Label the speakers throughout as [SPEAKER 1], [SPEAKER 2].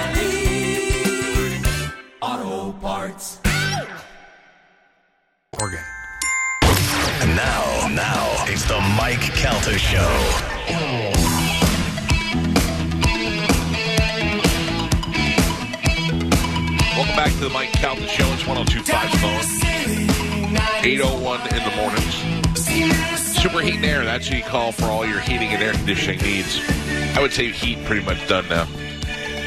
[SPEAKER 1] Auto Parts.
[SPEAKER 2] Oregon. And now, now it's the Mike Calta Show.
[SPEAKER 3] Welcome back to the Mike Calvin Show. It's 1025 phone. 801 in the mornings. Super heat and air. That's who you call for all your heating and air conditioning needs. I would say heat pretty much done now.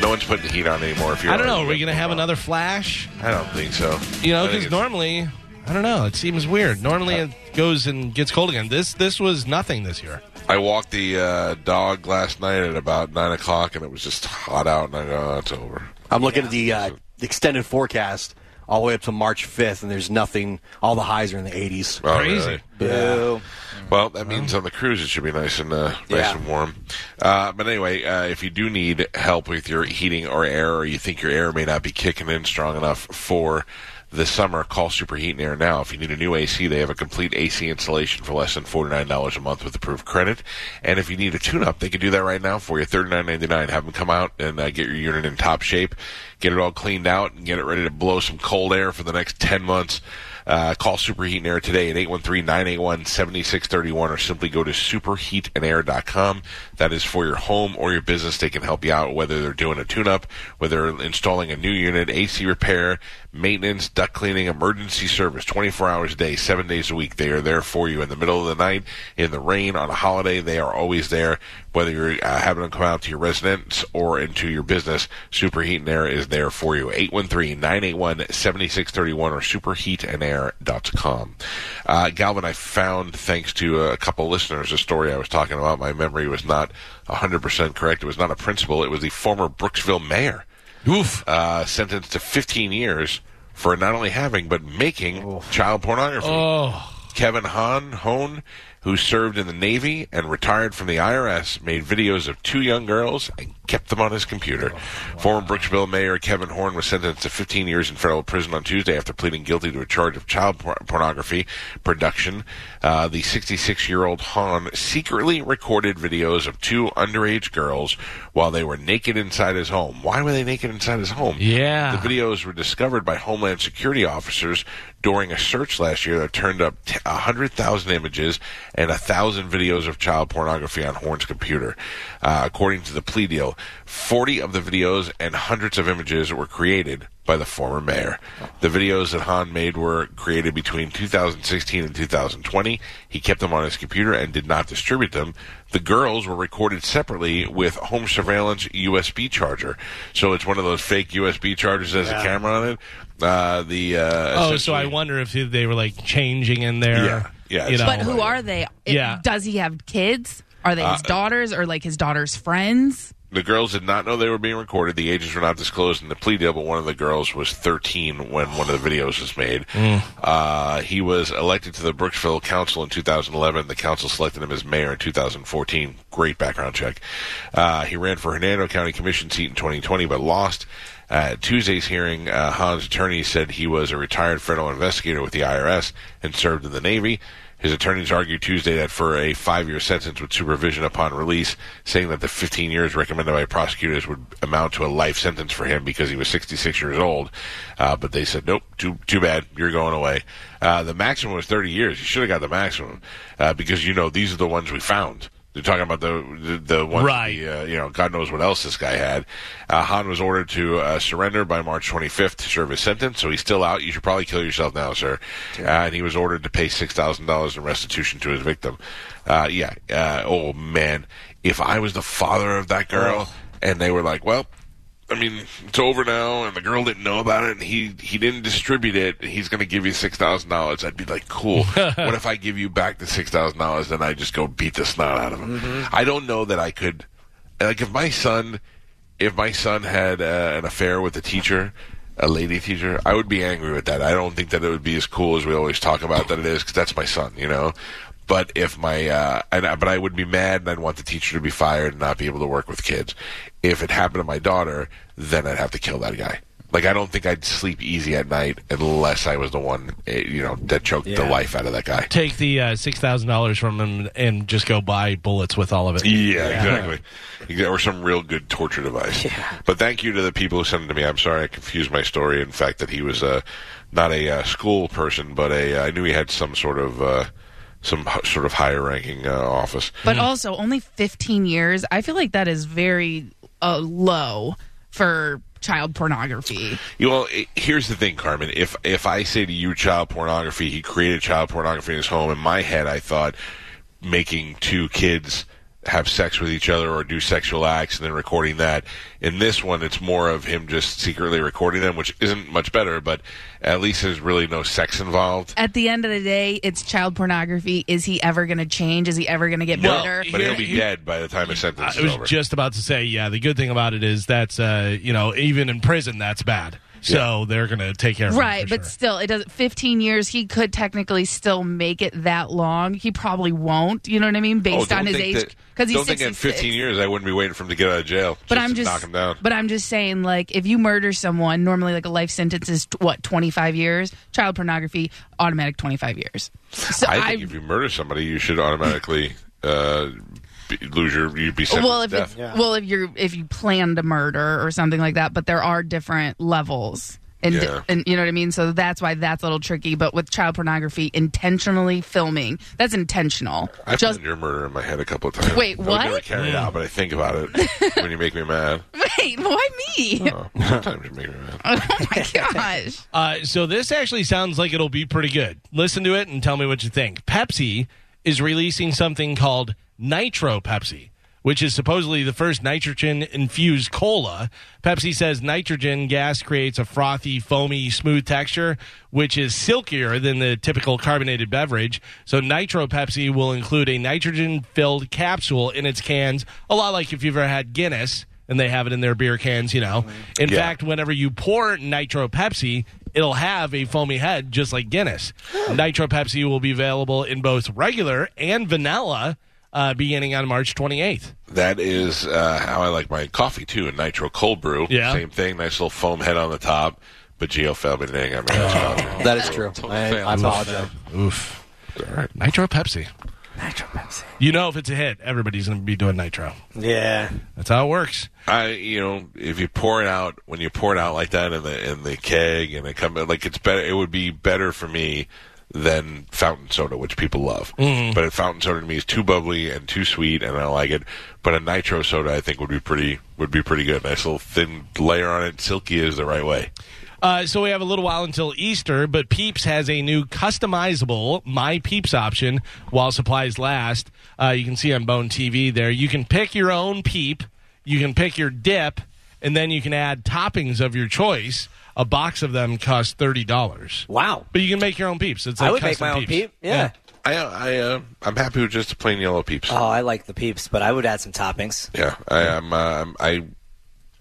[SPEAKER 3] No one's putting the heat on anymore. If you're
[SPEAKER 4] I don't know. Are we going to have another flash?
[SPEAKER 3] I don't think so.
[SPEAKER 4] You know,
[SPEAKER 3] I think
[SPEAKER 4] because
[SPEAKER 3] it's-
[SPEAKER 4] normally, I don't know. It seems weird. Normally, it goes and gets cold again. This this was nothing this year.
[SPEAKER 3] I walked the uh, dog last night at about nine o'clock, and it was just hot out, and I go, oh, it's over.
[SPEAKER 5] I'm looking at the uh, extended forecast all the way up to March 5th, and there's nothing. All the highs are in the 80s.
[SPEAKER 3] Oh,
[SPEAKER 4] Crazy.
[SPEAKER 3] really?
[SPEAKER 5] Boo.
[SPEAKER 3] Well, that means on the cruise it should be nice and uh, nice
[SPEAKER 5] Yeah.
[SPEAKER 3] and warm. Uh, but anyway, uh, if you do need help with your heating or air, or you think your air may not be kicking in strong enough for the summer, call Super Heat and Air now. If you need a new AC, they have a complete AC installation for less than forty nine dollars a month with approved credit. And if you need a tune up, they can do that right now for you thirty nine ninety nine. Have them come out and uh, get your unit in top shape, get it all cleaned out, and get it ready to blow some cold air for the next ten months. Uh, call Superheat and Air today at 813-981-7631 or simply go to superheatandair.com. That is for your home or your business. They can help you out whether they're doing a tune-up, whether they're installing a new unit, AC repair, maintenance, duct cleaning, emergency service, 24 hours a day, 7 days a week. They are there for you in the middle of the night, in the rain, on a holiday. They are always there whether you're uh, having them come out to your residence or into your business, Superheat and Air is there for you. 813-981-7631 or superheatandair.com. Uh, Galvin, I found, thanks to a couple listeners, a story I was talking about. My memory was not 100% correct. It was not a principal. It was the former Brooksville mayor
[SPEAKER 4] Oof.
[SPEAKER 3] uh, sentenced to 15 years for not only having but making child pornography. Kevin Hahn, Hone, who served in the Navy and retired from the IRS, made videos of two young girls and kept them on his computer. Former Brooksville Mayor Kevin Horn was sentenced to 15 years in federal prison on Tuesday after pleading guilty to a charge of child por- pornography production. Uh, the 66 year old Hahn secretly recorded videos of two underage girls while they were naked inside his home. Why were they naked inside his home?
[SPEAKER 4] Yeah.
[SPEAKER 3] The videos were discovered by Homeland Security officers during a search last year that turned up t- 100,000 images and 1,000 videos of child pornography on Horn's computer. Uh, according to the plea deal, 40 of the videos and hundreds of images were created by the former mayor. The videos that Hahn made were created between 2016 and 2020. He kept them on his computer and did not distribute them. The girls were recorded separately with home surveillance USB charger. So it's one of those fake USB chargers that has a camera on it. Uh, the uh,
[SPEAKER 4] Oh, so I wonder if they were like changing in there.
[SPEAKER 3] Yeah. Yeah,
[SPEAKER 4] You
[SPEAKER 3] it's-
[SPEAKER 4] know.
[SPEAKER 6] But who are they? It-
[SPEAKER 4] Yeah.
[SPEAKER 6] Does he have kids? Are
[SPEAKER 3] Uh,
[SPEAKER 6] they his daughters or like his daughter's friends?
[SPEAKER 3] The girls did not know they were being recorded. The ages were not disclosed in the plea deal, but one of the girls was 13 when one of the videos was made. Uh, he was elected to the Brooksville Council in 2011. The council selected him as mayor in 2014. Great background check. Uh, he ran for Hernando County Commission seat in 2020, but lost. At Tuesday's hearing, uh, Hahn's attorney said he was a retired federal investigator with the IRS and served in the Navy. His attorneys argued Tuesday that for a five year sentence with supervision upon release, saying that the 15 years recommended by prosecutors would amount to a life sentence for him because he was 66 years old. Uh, but they said, nope, too, too bad, you're going away. Uh, the maximum was 30 years. You should have got the maximum uh, because, you know, these are the ones we found. They're talking about the the, the ones
[SPEAKER 4] Right.
[SPEAKER 3] the, uh, you know, God knows what else this guy had. Uh, Han was ordered to uh, surrender by March 25th to serve his sentence, so he's still out. You should probably kill yourself now, sir. Uh, and he was ordered to pay $6,000 in restitution to his victim. Uh, yeah. Uh, oh, man. If I was the father of that girl and they were like, well, I mean, it's over now, and the girl didn't know about it, and he he didn't distribute it. And he's going to give you six thousand dollars. I'd be like, cool. what if I give you back the six thousand dollars, and I just go beat the snot out of him? I don't know that I could. Like, if my son, if my son had uh, an affair with a teacher, a lady teacher, I would be angry with that. I don't think that it would be as cool as we always talk about that it is, 'cause that's my son, you know. But if my, uh, and I, but I would be mad, and I'd want the teacher to be fired and not be able to work with kids. If it happened to my daughter, then I'd have to kill that guy. Like I don't think I'd sleep easy at night unless I was the one, eh, you know, that choked the
[SPEAKER 5] Yeah.
[SPEAKER 3] life out of that guy.
[SPEAKER 4] Take the uh, six thousand dollars from him and just go buy bullets with all of it.
[SPEAKER 3] Yeah, exactly. Exa- Or some real good torture device. But thank you to the people who sent it to me. I'm sorry I confused my story. In fact, that he was uh, not a uh, school person, but a uh, I knew he had some sort of uh, some h- sort of higher ranking uh, office.
[SPEAKER 6] But also, only 15 years. I feel like that is very uh, low for child pornography.
[SPEAKER 3] You well, i here's the thing, Carmen. If if I say to you, child pornography, he created child pornography in his home. In my head, I thought making two kids have sex with each other or do sexual acts and then recording that. In this one, it's more of him just secretly recording them, which isn't much better, but at least there's really no sex involved.
[SPEAKER 6] At the end of the day, it's child pornography. Is he ever going to change? Is he ever going to get better?
[SPEAKER 3] but he'll be dead by the time his sentence
[SPEAKER 4] I
[SPEAKER 3] is
[SPEAKER 4] was
[SPEAKER 3] over.
[SPEAKER 4] just about to say, yeah. The good thing about it is that's uh, you know even in prison that's bad. So they're gonna take care of
[SPEAKER 6] Right,
[SPEAKER 4] It for
[SPEAKER 6] but
[SPEAKER 4] sure.
[SPEAKER 6] still, it doesn't. Fifteen years, he could technically still make it that long. He probably won't. You know what I mean?
[SPEAKER 3] Oh,
[SPEAKER 6] Based
[SPEAKER 3] don't
[SPEAKER 6] on his
[SPEAKER 3] think
[SPEAKER 6] age,
[SPEAKER 3] that-
[SPEAKER 6] because he's
[SPEAKER 3] don't think in
[SPEAKER 6] 66.
[SPEAKER 3] 15 years I wouldn't be waiting for him to get out of jail.
[SPEAKER 6] But I'm
[SPEAKER 3] to
[SPEAKER 6] just
[SPEAKER 3] knock him down.
[SPEAKER 6] But I'm just saying, like, if you murder someone, normally like a life sentence is t- what twenty five years. Child pornography, automatic twenty five years. So
[SPEAKER 3] I
[SPEAKER 6] I,
[SPEAKER 3] think if you murder somebody, you should automatically uh, be, lose your. You'd be sentenced
[SPEAKER 6] well,
[SPEAKER 3] to
[SPEAKER 6] if
[SPEAKER 3] death.
[SPEAKER 6] it, well, if you're if you plan to murder or something like that, but there are different levels. And,
[SPEAKER 3] Yeah.
[SPEAKER 6] and you know what I mean? So that's why that's a little tricky. But with child pornography, intentionally filming, that's intentional.
[SPEAKER 3] I've
[SPEAKER 6] just
[SPEAKER 3] been your murder in my head a couple of times.
[SPEAKER 6] Wait,
[SPEAKER 3] I would
[SPEAKER 6] what?
[SPEAKER 3] never carry it out, but I think about it when you make me mad.
[SPEAKER 6] Wait, why me?
[SPEAKER 3] Oh, sometimes you make me mad.
[SPEAKER 6] Oh my gosh.
[SPEAKER 4] Uh, so this actually sounds like it'll be pretty good. Listen to it and tell me what you think. Pepsi is releasing something called Nitro Pepsi, which is supposedly the first nitrogen infused cola. Pepsi says nitrogen gas creates a frothy, foamy, smooth texture, which is silkier than the typical carbonated beverage. So Nitro Pepsi will include a nitrogen filled capsule in its cans, a lot like if you've ever had Guinness and they have it in their beer cans, you know. In
[SPEAKER 3] Yeah.
[SPEAKER 4] fact, whenever you pour Nitro Pepsi, it'll have a foamy head just like Guinness. Nitro Pepsi will be available in both regular and vanilla uh, beginning on March 28th.
[SPEAKER 3] That is uh, how I like my coffee too, in nitro cold brew.
[SPEAKER 4] Yeah.
[SPEAKER 3] same thing. Nice little foam head on the top. But Geo failed me today. I mean, that's
[SPEAKER 5] That is true. I, I apologize.
[SPEAKER 4] Oof. Nitro Pepsi.
[SPEAKER 7] Nitro Pepsi.
[SPEAKER 4] You know, if it's a hit, everybody's going to be doing Nitro.
[SPEAKER 7] Yeah.
[SPEAKER 4] That's how it works.
[SPEAKER 3] I, you know, if you pour it out, when you pour it out like that in the in the keg, and it come like it's better. It would be better for me than fountain soda, which people love. But a fountain soda to me is too bubbly and too sweet, and I don't like it. But a nitro soda, I think would be pretty would be pretty good. Nice little thin layer on it. Silky is the right way.
[SPEAKER 4] Uh, so we have a little while until Easter, but Peeps has a new customizable My Peeps option while supplies last. Uh, you can see on Bone TV there. You can pick your own peep, you can pick your dip, and then you can add toppings of your choice. A box of them costs thirty dollars.
[SPEAKER 7] Wow.
[SPEAKER 4] But you can make your own peeps. It's like
[SPEAKER 7] I would make
[SPEAKER 4] custom
[SPEAKER 7] my own
[SPEAKER 4] peeps.
[SPEAKER 7] peep. Yeah.
[SPEAKER 3] I I uh, I'm happy with just the plain yellow peeps.
[SPEAKER 7] Oh, I like the peeps, but I would add some toppings.
[SPEAKER 3] Yeah, I am. Uh, I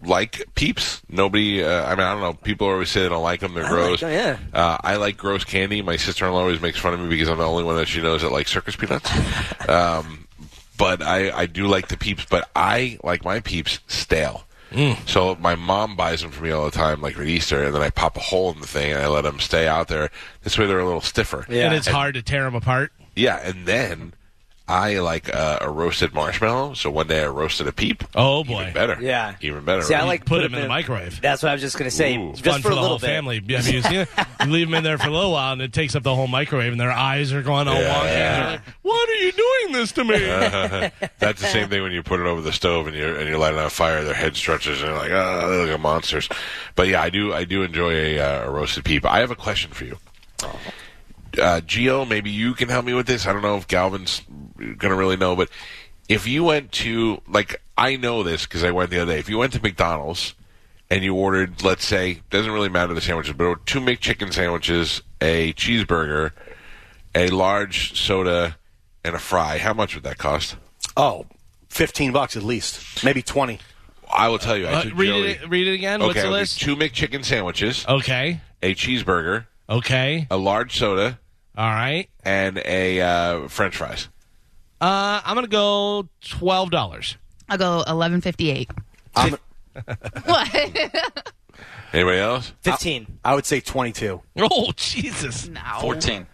[SPEAKER 3] like peeps. Nobody. Uh, I mean, I don't know. People always say they don't like them. They're gross.
[SPEAKER 7] them, yeah.
[SPEAKER 3] Uh, I like gross candy. My sister-in-law always makes fun of me because I'm the only one that she knows that likes circus peanuts. um, but I, I do like the peeps. But I like my peeps stale.
[SPEAKER 7] Mm.
[SPEAKER 3] So my mom buys them for me all the time, like at Easter, and then I pop a hole in the thing and I let them stay out there. This way, they're a little stiffer.
[SPEAKER 7] Yeah.
[SPEAKER 4] And it's hard to tear them apart.
[SPEAKER 3] Yeah, and then I like uh, a roasted marshmallow. So one day I roasted a peep.
[SPEAKER 4] Oh, boy.
[SPEAKER 3] even better.
[SPEAKER 7] Yeah.
[SPEAKER 3] even better.
[SPEAKER 7] See, I
[SPEAKER 3] right?
[SPEAKER 7] like
[SPEAKER 4] Put, 'em
[SPEAKER 7] them
[SPEAKER 4] in the microwave.
[SPEAKER 7] That's what I was just going to say.
[SPEAKER 3] Ooh.
[SPEAKER 7] just
[SPEAKER 4] Fun
[SPEAKER 7] for, a
[SPEAKER 4] for, the
[SPEAKER 7] little
[SPEAKER 4] whole
[SPEAKER 7] bit.
[SPEAKER 4] family. Yeah, Have you seen it? You leave them in there for a little while, and it takes up the whole microwave, and their eyes are going all
[SPEAKER 3] Yeah.
[SPEAKER 4] wonky. And they're like, "What are you doing this to me?"
[SPEAKER 3] That's the same thing when you put it over the stove and you're and you're lighting on fire. Their head stretches and they're like, oh, they look like monsters. But yeah, I do I do enjoy a, uh, a roasted peep. I have a question for you, uh, Geo. Maybe you can help me with this. I don't know if Galvin's gonna really know, but if you went to like I know this because I went the other day. If you went to McDonald's and you ordered, let's say, doesn't really matter the sandwiches, but two McChicken sandwiches, a cheeseburger, a large soda, and a fry, how much would that cost?
[SPEAKER 5] Oh, 15 bucks at least. Maybe 20.
[SPEAKER 3] I will tell you. I
[SPEAKER 4] Uh,
[SPEAKER 3] took
[SPEAKER 4] read
[SPEAKER 3] Joey.
[SPEAKER 4] it. Read it again.
[SPEAKER 3] okay,
[SPEAKER 4] What's the
[SPEAKER 3] I'll do
[SPEAKER 4] list?
[SPEAKER 3] Two McChicken sandwiches,
[SPEAKER 4] Okay.
[SPEAKER 3] a cheeseburger,
[SPEAKER 4] Okay.
[SPEAKER 3] a large soda,
[SPEAKER 4] All right.
[SPEAKER 3] and a uh, French fries.
[SPEAKER 4] Uh, I'm gonna go twelve dollars.
[SPEAKER 6] I'll go eleven fifty eight.
[SPEAKER 5] I'm,
[SPEAKER 6] What?
[SPEAKER 3] Anybody else?
[SPEAKER 7] Fifteen.
[SPEAKER 5] I would say 22.
[SPEAKER 4] Oh Jesus!
[SPEAKER 6] no.
[SPEAKER 1] 14.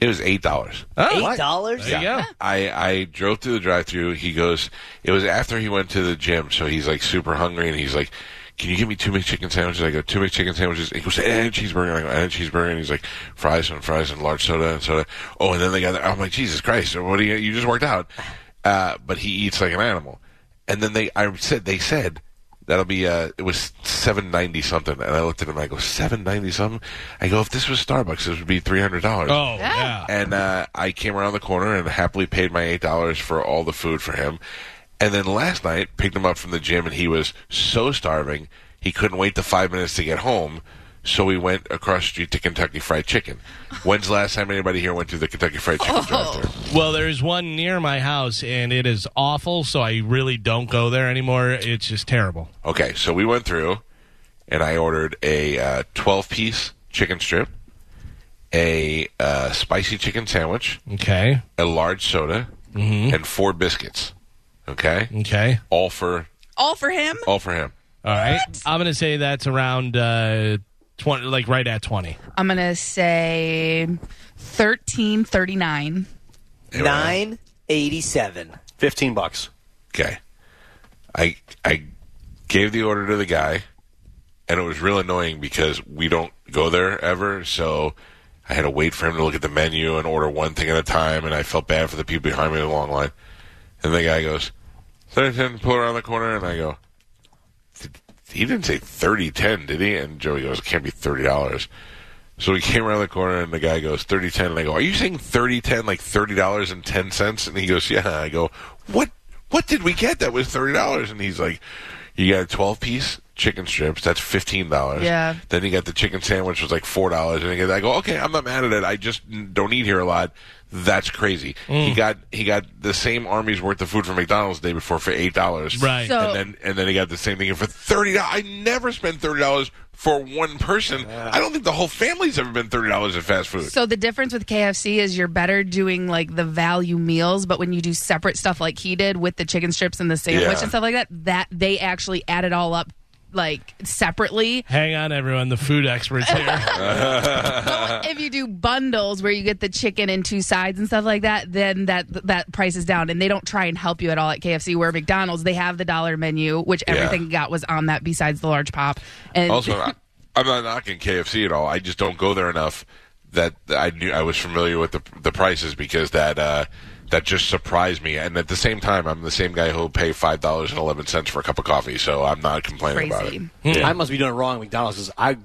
[SPEAKER 3] It was eight dollars.
[SPEAKER 1] Oh,
[SPEAKER 7] Eight dollars.
[SPEAKER 4] There you go.
[SPEAKER 3] I, I drove through the drive through. He goes, it was after he went to the gym, so he's like super hungry, and he's like, can you give me two McChicken sandwiches? I go, two McChicken sandwiches. He goes, and a cheeseburger. I go, and a cheeseburger. And he's like, fries and fries and large soda and soda. Oh, and then they got, I'm like, Jesus Christ, what do you, you just worked out. Uh, but he eats like an animal. And then they, I said, they said, That'll be uh it was seven ninety something and I looked at him I go, seven ninety something? I go, if this was Starbucks, this would be three hundred dollars.
[SPEAKER 4] Oh yeah.
[SPEAKER 3] And uh, I came around the corner and happily paid my eight dollars for all the food for him. And then last night picked him up from the gym and he was so starving he couldn't wait the five minutes to get home. So we went across the street to Kentucky Fried Chicken. When's the last time anybody here went to the Kentucky Fried Chicken drive-thru?
[SPEAKER 4] Well, there's one near my house, and it is awful. So I really don't go there anymore. It's just terrible.
[SPEAKER 3] Okay, so we went through and I ordered a uh, twelve-piece chicken strip, a uh, spicy chicken sandwich,
[SPEAKER 4] Okay.
[SPEAKER 3] a large soda, and four biscuits. Okay,
[SPEAKER 4] Okay.
[SPEAKER 3] all for
[SPEAKER 6] All for him?
[SPEAKER 3] All for him.
[SPEAKER 4] All right. I'm gonna say that's around uh, twenty, like right at twenty.
[SPEAKER 6] I'm gonna say thirteen thirty nine.
[SPEAKER 7] Nine eighty-seven.
[SPEAKER 5] 15 bucks.
[SPEAKER 3] Okay. I I gave the order to the guy, and it was real annoying because we don't go there ever. So I had to wait for him to look at the menu and order one thing at a time, and I felt bad for the people behind me in the long line. And the guy goes, 3010, pull around the corner, and I go, "Th- he didn't say 3010, did he? And Joey goes, it can't be $30. So we came around the corner, and the guy goes, 3010, and I go, are you saying 3010, like $30.10? And he goes, yeah. I go, what What did we get that was $30? And he's like, you got a 12-piece chicken strips, that's $15.
[SPEAKER 6] Yeah.
[SPEAKER 3] Then you got the chicken sandwich was like four dollars, and again, I go, okay, I'm not mad at it. I just n- don't eat here a lot. That's crazy. He got he got the same army's worth of food from McDonald's the day before for eight dollars,
[SPEAKER 4] Right.
[SPEAKER 6] So-
[SPEAKER 3] and then and then he got the same thing for thirty. dollars I never spend thirty dollars for one person. I don't think the whole family's ever been thirty dollars at fast food.
[SPEAKER 6] So the difference with KFC is you're better doing like the value meals, but when you do separate stuff like he did with the chicken strips and the sandwich
[SPEAKER 3] Yeah.
[SPEAKER 6] and stuff like that, that they actually add it all up like separately.
[SPEAKER 4] Hang on, everyone. The food experts here.
[SPEAKER 6] if you do bundles where you get the chicken and two sides and stuff like that, then that that price is down, and they don't try and help you at all at KFC. Where McDonald's, they have the dollar menu, which
[SPEAKER 3] Yeah.
[SPEAKER 6] everything you got was on that besides the large pop. And
[SPEAKER 3] Also, I, I'm not knocking KFC at all. I just don't go there enough that I knew I was familiar with the the prices because that uh, that just surprised me. And at the same time, I'm the same guy who'll pay five dollars and eleven cents for a cup of coffee, so I'm not complaining about it.
[SPEAKER 6] crazy.
[SPEAKER 5] I must be doing it wrong at McDonald's because I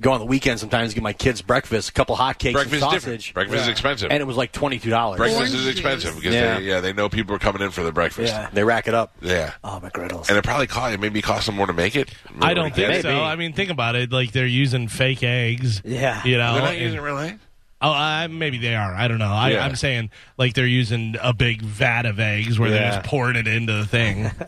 [SPEAKER 5] go on the weekend sometimes give my kids breakfast, a couple hotcakes,
[SPEAKER 3] Breakfast
[SPEAKER 5] and
[SPEAKER 3] is
[SPEAKER 5] sausage.
[SPEAKER 3] different. Breakfast is expensive.
[SPEAKER 5] And it was like $22.
[SPEAKER 3] Breakfast
[SPEAKER 6] Orange
[SPEAKER 3] is
[SPEAKER 6] juice.
[SPEAKER 3] expensive because
[SPEAKER 5] Yeah.
[SPEAKER 3] They, yeah they know people are coming in for their breakfast.
[SPEAKER 5] Yeah. They rack it up.
[SPEAKER 3] Yeah.
[SPEAKER 5] Oh, McGriddles.
[SPEAKER 3] and it probably cost it maybe cost them more to make it.
[SPEAKER 4] I don't think
[SPEAKER 5] Maybe.
[SPEAKER 4] so. I mean, think about it. Like they're using fake eggs.
[SPEAKER 7] Yeah.
[SPEAKER 4] You know.
[SPEAKER 3] They're not
[SPEAKER 4] and-
[SPEAKER 3] using real egg?
[SPEAKER 4] Oh, I, maybe they are. I don't know. I,
[SPEAKER 3] Yeah.
[SPEAKER 4] I'm saying like they're using a big vat of eggs where they're
[SPEAKER 5] Yeah.
[SPEAKER 4] just pouring it into the thing.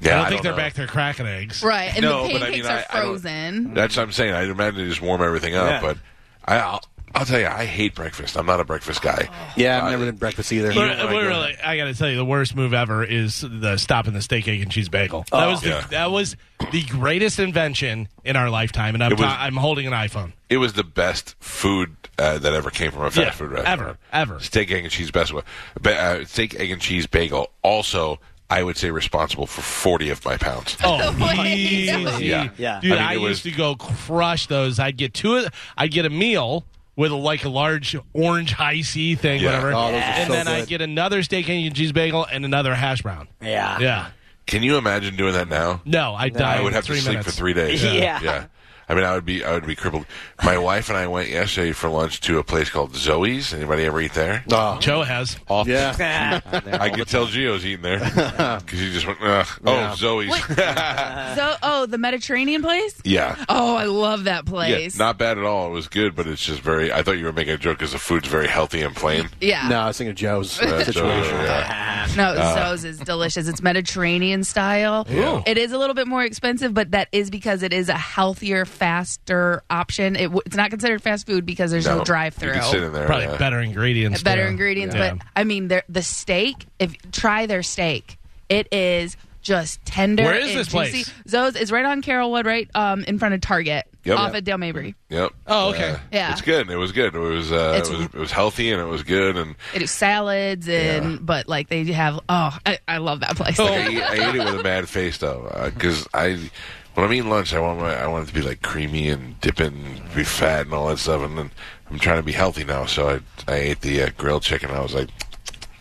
[SPEAKER 3] Yeah,
[SPEAKER 4] I don't think they're
[SPEAKER 3] know.
[SPEAKER 4] back there cracking eggs.
[SPEAKER 6] Right, and
[SPEAKER 3] No,
[SPEAKER 6] the
[SPEAKER 3] but I mean,
[SPEAKER 6] pancakes
[SPEAKER 3] I- I
[SPEAKER 6] are
[SPEAKER 3] don't-
[SPEAKER 6] frozen.
[SPEAKER 3] That's what I'm saying. I'd imagine they just warm everything up,
[SPEAKER 5] Yeah.
[SPEAKER 3] but I, I'll, I'll tell you, I hate breakfast. I'm not a breakfast guy.
[SPEAKER 5] yeah,
[SPEAKER 3] Uh,
[SPEAKER 5] I've never done breakfast either.
[SPEAKER 4] We're-
[SPEAKER 3] don't like
[SPEAKER 4] we're
[SPEAKER 3] that.
[SPEAKER 4] really- I got to tell you, the worst move ever is the stop in the steak, egg, and cheese bagel. that was the,
[SPEAKER 3] Oh. Yeah.
[SPEAKER 4] that was the greatest invention in our lifetime, and I'm
[SPEAKER 3] It was-
[SPEAKER 4] ta- I'm holding an iPhone.
[SPEAKER 3] It was the best food uh, that ever came from a fast
[SPEAKER 4] Yeah,
[SPEAKER 3] food restaurant.
[SPEAKER 4] ever, ever.
[SPEAKER 3] Steak, egg, and cheese best. Ba- uh, steak, egg, and cheese bagel. Also, I would say responsible for 40 of my pounds.
[SPEAKER 4] Oh,
[SPEAKER 6] Wait.
[SPEAKER 4] easy.
[SPEAKER 3] Yeah.
[SPEAKER 7] Yeah.
[SPEAKER 4] Dude,
[SPEAKER 3] I
[SPEAKER 4] I,
[SPEAKER 3] mean, it was-
[SPEAKER 4] used to go crush those. I'd get two. of- I'd get a meal with a, like a large orange high C thing,
[SPEAKER 3] Yeah.
[SPEAKER 4] whatever,
[SPEAKER 5] Oh, those are
[SPEAKER 4] and
[SPEAKER 5] so
[SPEAKER 4] then
[SPEAKER 5] good.
[SPEAKER 4] I'd get another steak egg and cheese bagel and another hash brown.
[SPEAKER 7] Yeah.
[SPEAKER 4] Yeah.
[SPEAKER 3] Can you imagine doing that now?
[SPEAKER 4] No, I'd die.
[SPEAKER 3] I would
[SPEAKER 4] in
[SPEAKER 3] have to
[SPEAKER 4] three
[SPEAKER 3] sleep
[SPEAKER 4] minutes.
[SPEAKER 3] for three days.
[SPEAKER 7] Yeah.
[SPEAKER 3] yeah. I mean, I would be I would be crippled. My wife and I went yesterday for lunch to a place called Zoe's. Anybody ever eat there?
[SPEAKER 5] Oh,
[SPEAKER 4] Joe has.
[SPEAKER 3] Off-
[SPEAKER 5] yeah.
[SPEAKER 3] I could tell Gio's eating there because he just went. Ugh. Oh,
[SPEAKER 5] Yeah.
[SPEAKER 3] Zoe's.
[SPEAKER 6] So, oh, the Mediterranean place.
[SPEAKER 3] yeah.
[SPEAKER 6] Oh, I love that
[SPEAKER 3] Yeah,
[SPEAKER 6] place.
[SPEAKER 3] not bad at all. It was good, but it's just very. I thought you were making a joke because the food's very healthy and plain.
[SPEAKER 6] Yeah.
[SPEAKER 5] No, I was thinking of Joe's
[SPEAKER 3] Uh, Joe's,
[SPEAKER 5] situation.
[SPEAKER 3] yeah.
[SPEAKER 4] that.
[SPEAKER 6] No,
[SPEAKER 3] Uh.
[SPEAKER 6] Zoe's is delicious. It's Mediterranean style. It is a little bit more expensive, but that is because it is a healthier, faster option. It, w- it's not considered fast food because there's no, drive-through.
[SPEAKER 3] You can sit in there.
[SPEAKER 4] Probably
[SPEAKER 3] yeah.
[SPEAKER 4] better ingredients.
[SPEAKER 6] better
[SPEAKER 4] too.
[SPEAKER 6] ingredients.
[SPEAKER 4] Yeah.
[SPEAKER 6] But I mean, they're- the steak. If try their steak, it is just tender.
[SPEAKER 4] Where is
[SPEAKER 6] and
[SPEAKER 4] this place?
[SPEAKER 6] juicy. Zoe's is right on Carrollwood, right um, in front of Target,
[SPEAKER 3] Yep.
[SPEAKER 6] off of Dale Mabry.
[SPEAKER 3] Yep.
[SPEAKER 4] Oh, okay.
[SPEAKER 6] Yeah.
[SPEAKER 3] It's good. It was good. It was, uh, it
[SPEAKER 6] It's-
[SPEAKER 3] was it was healthy and it was good and
[SPEAKER 6] It is salads and but like they have. Oh, I, I love that place.
[SPEAKER 3] I, ate- I ate it with a mad face though, because I when I'm eating lunch, I want my I want it to be like creamy and dipping, be fat and all that stuff. And then I'm trying to be healthy now, so I I ate the uh, grilled chicken. I was like,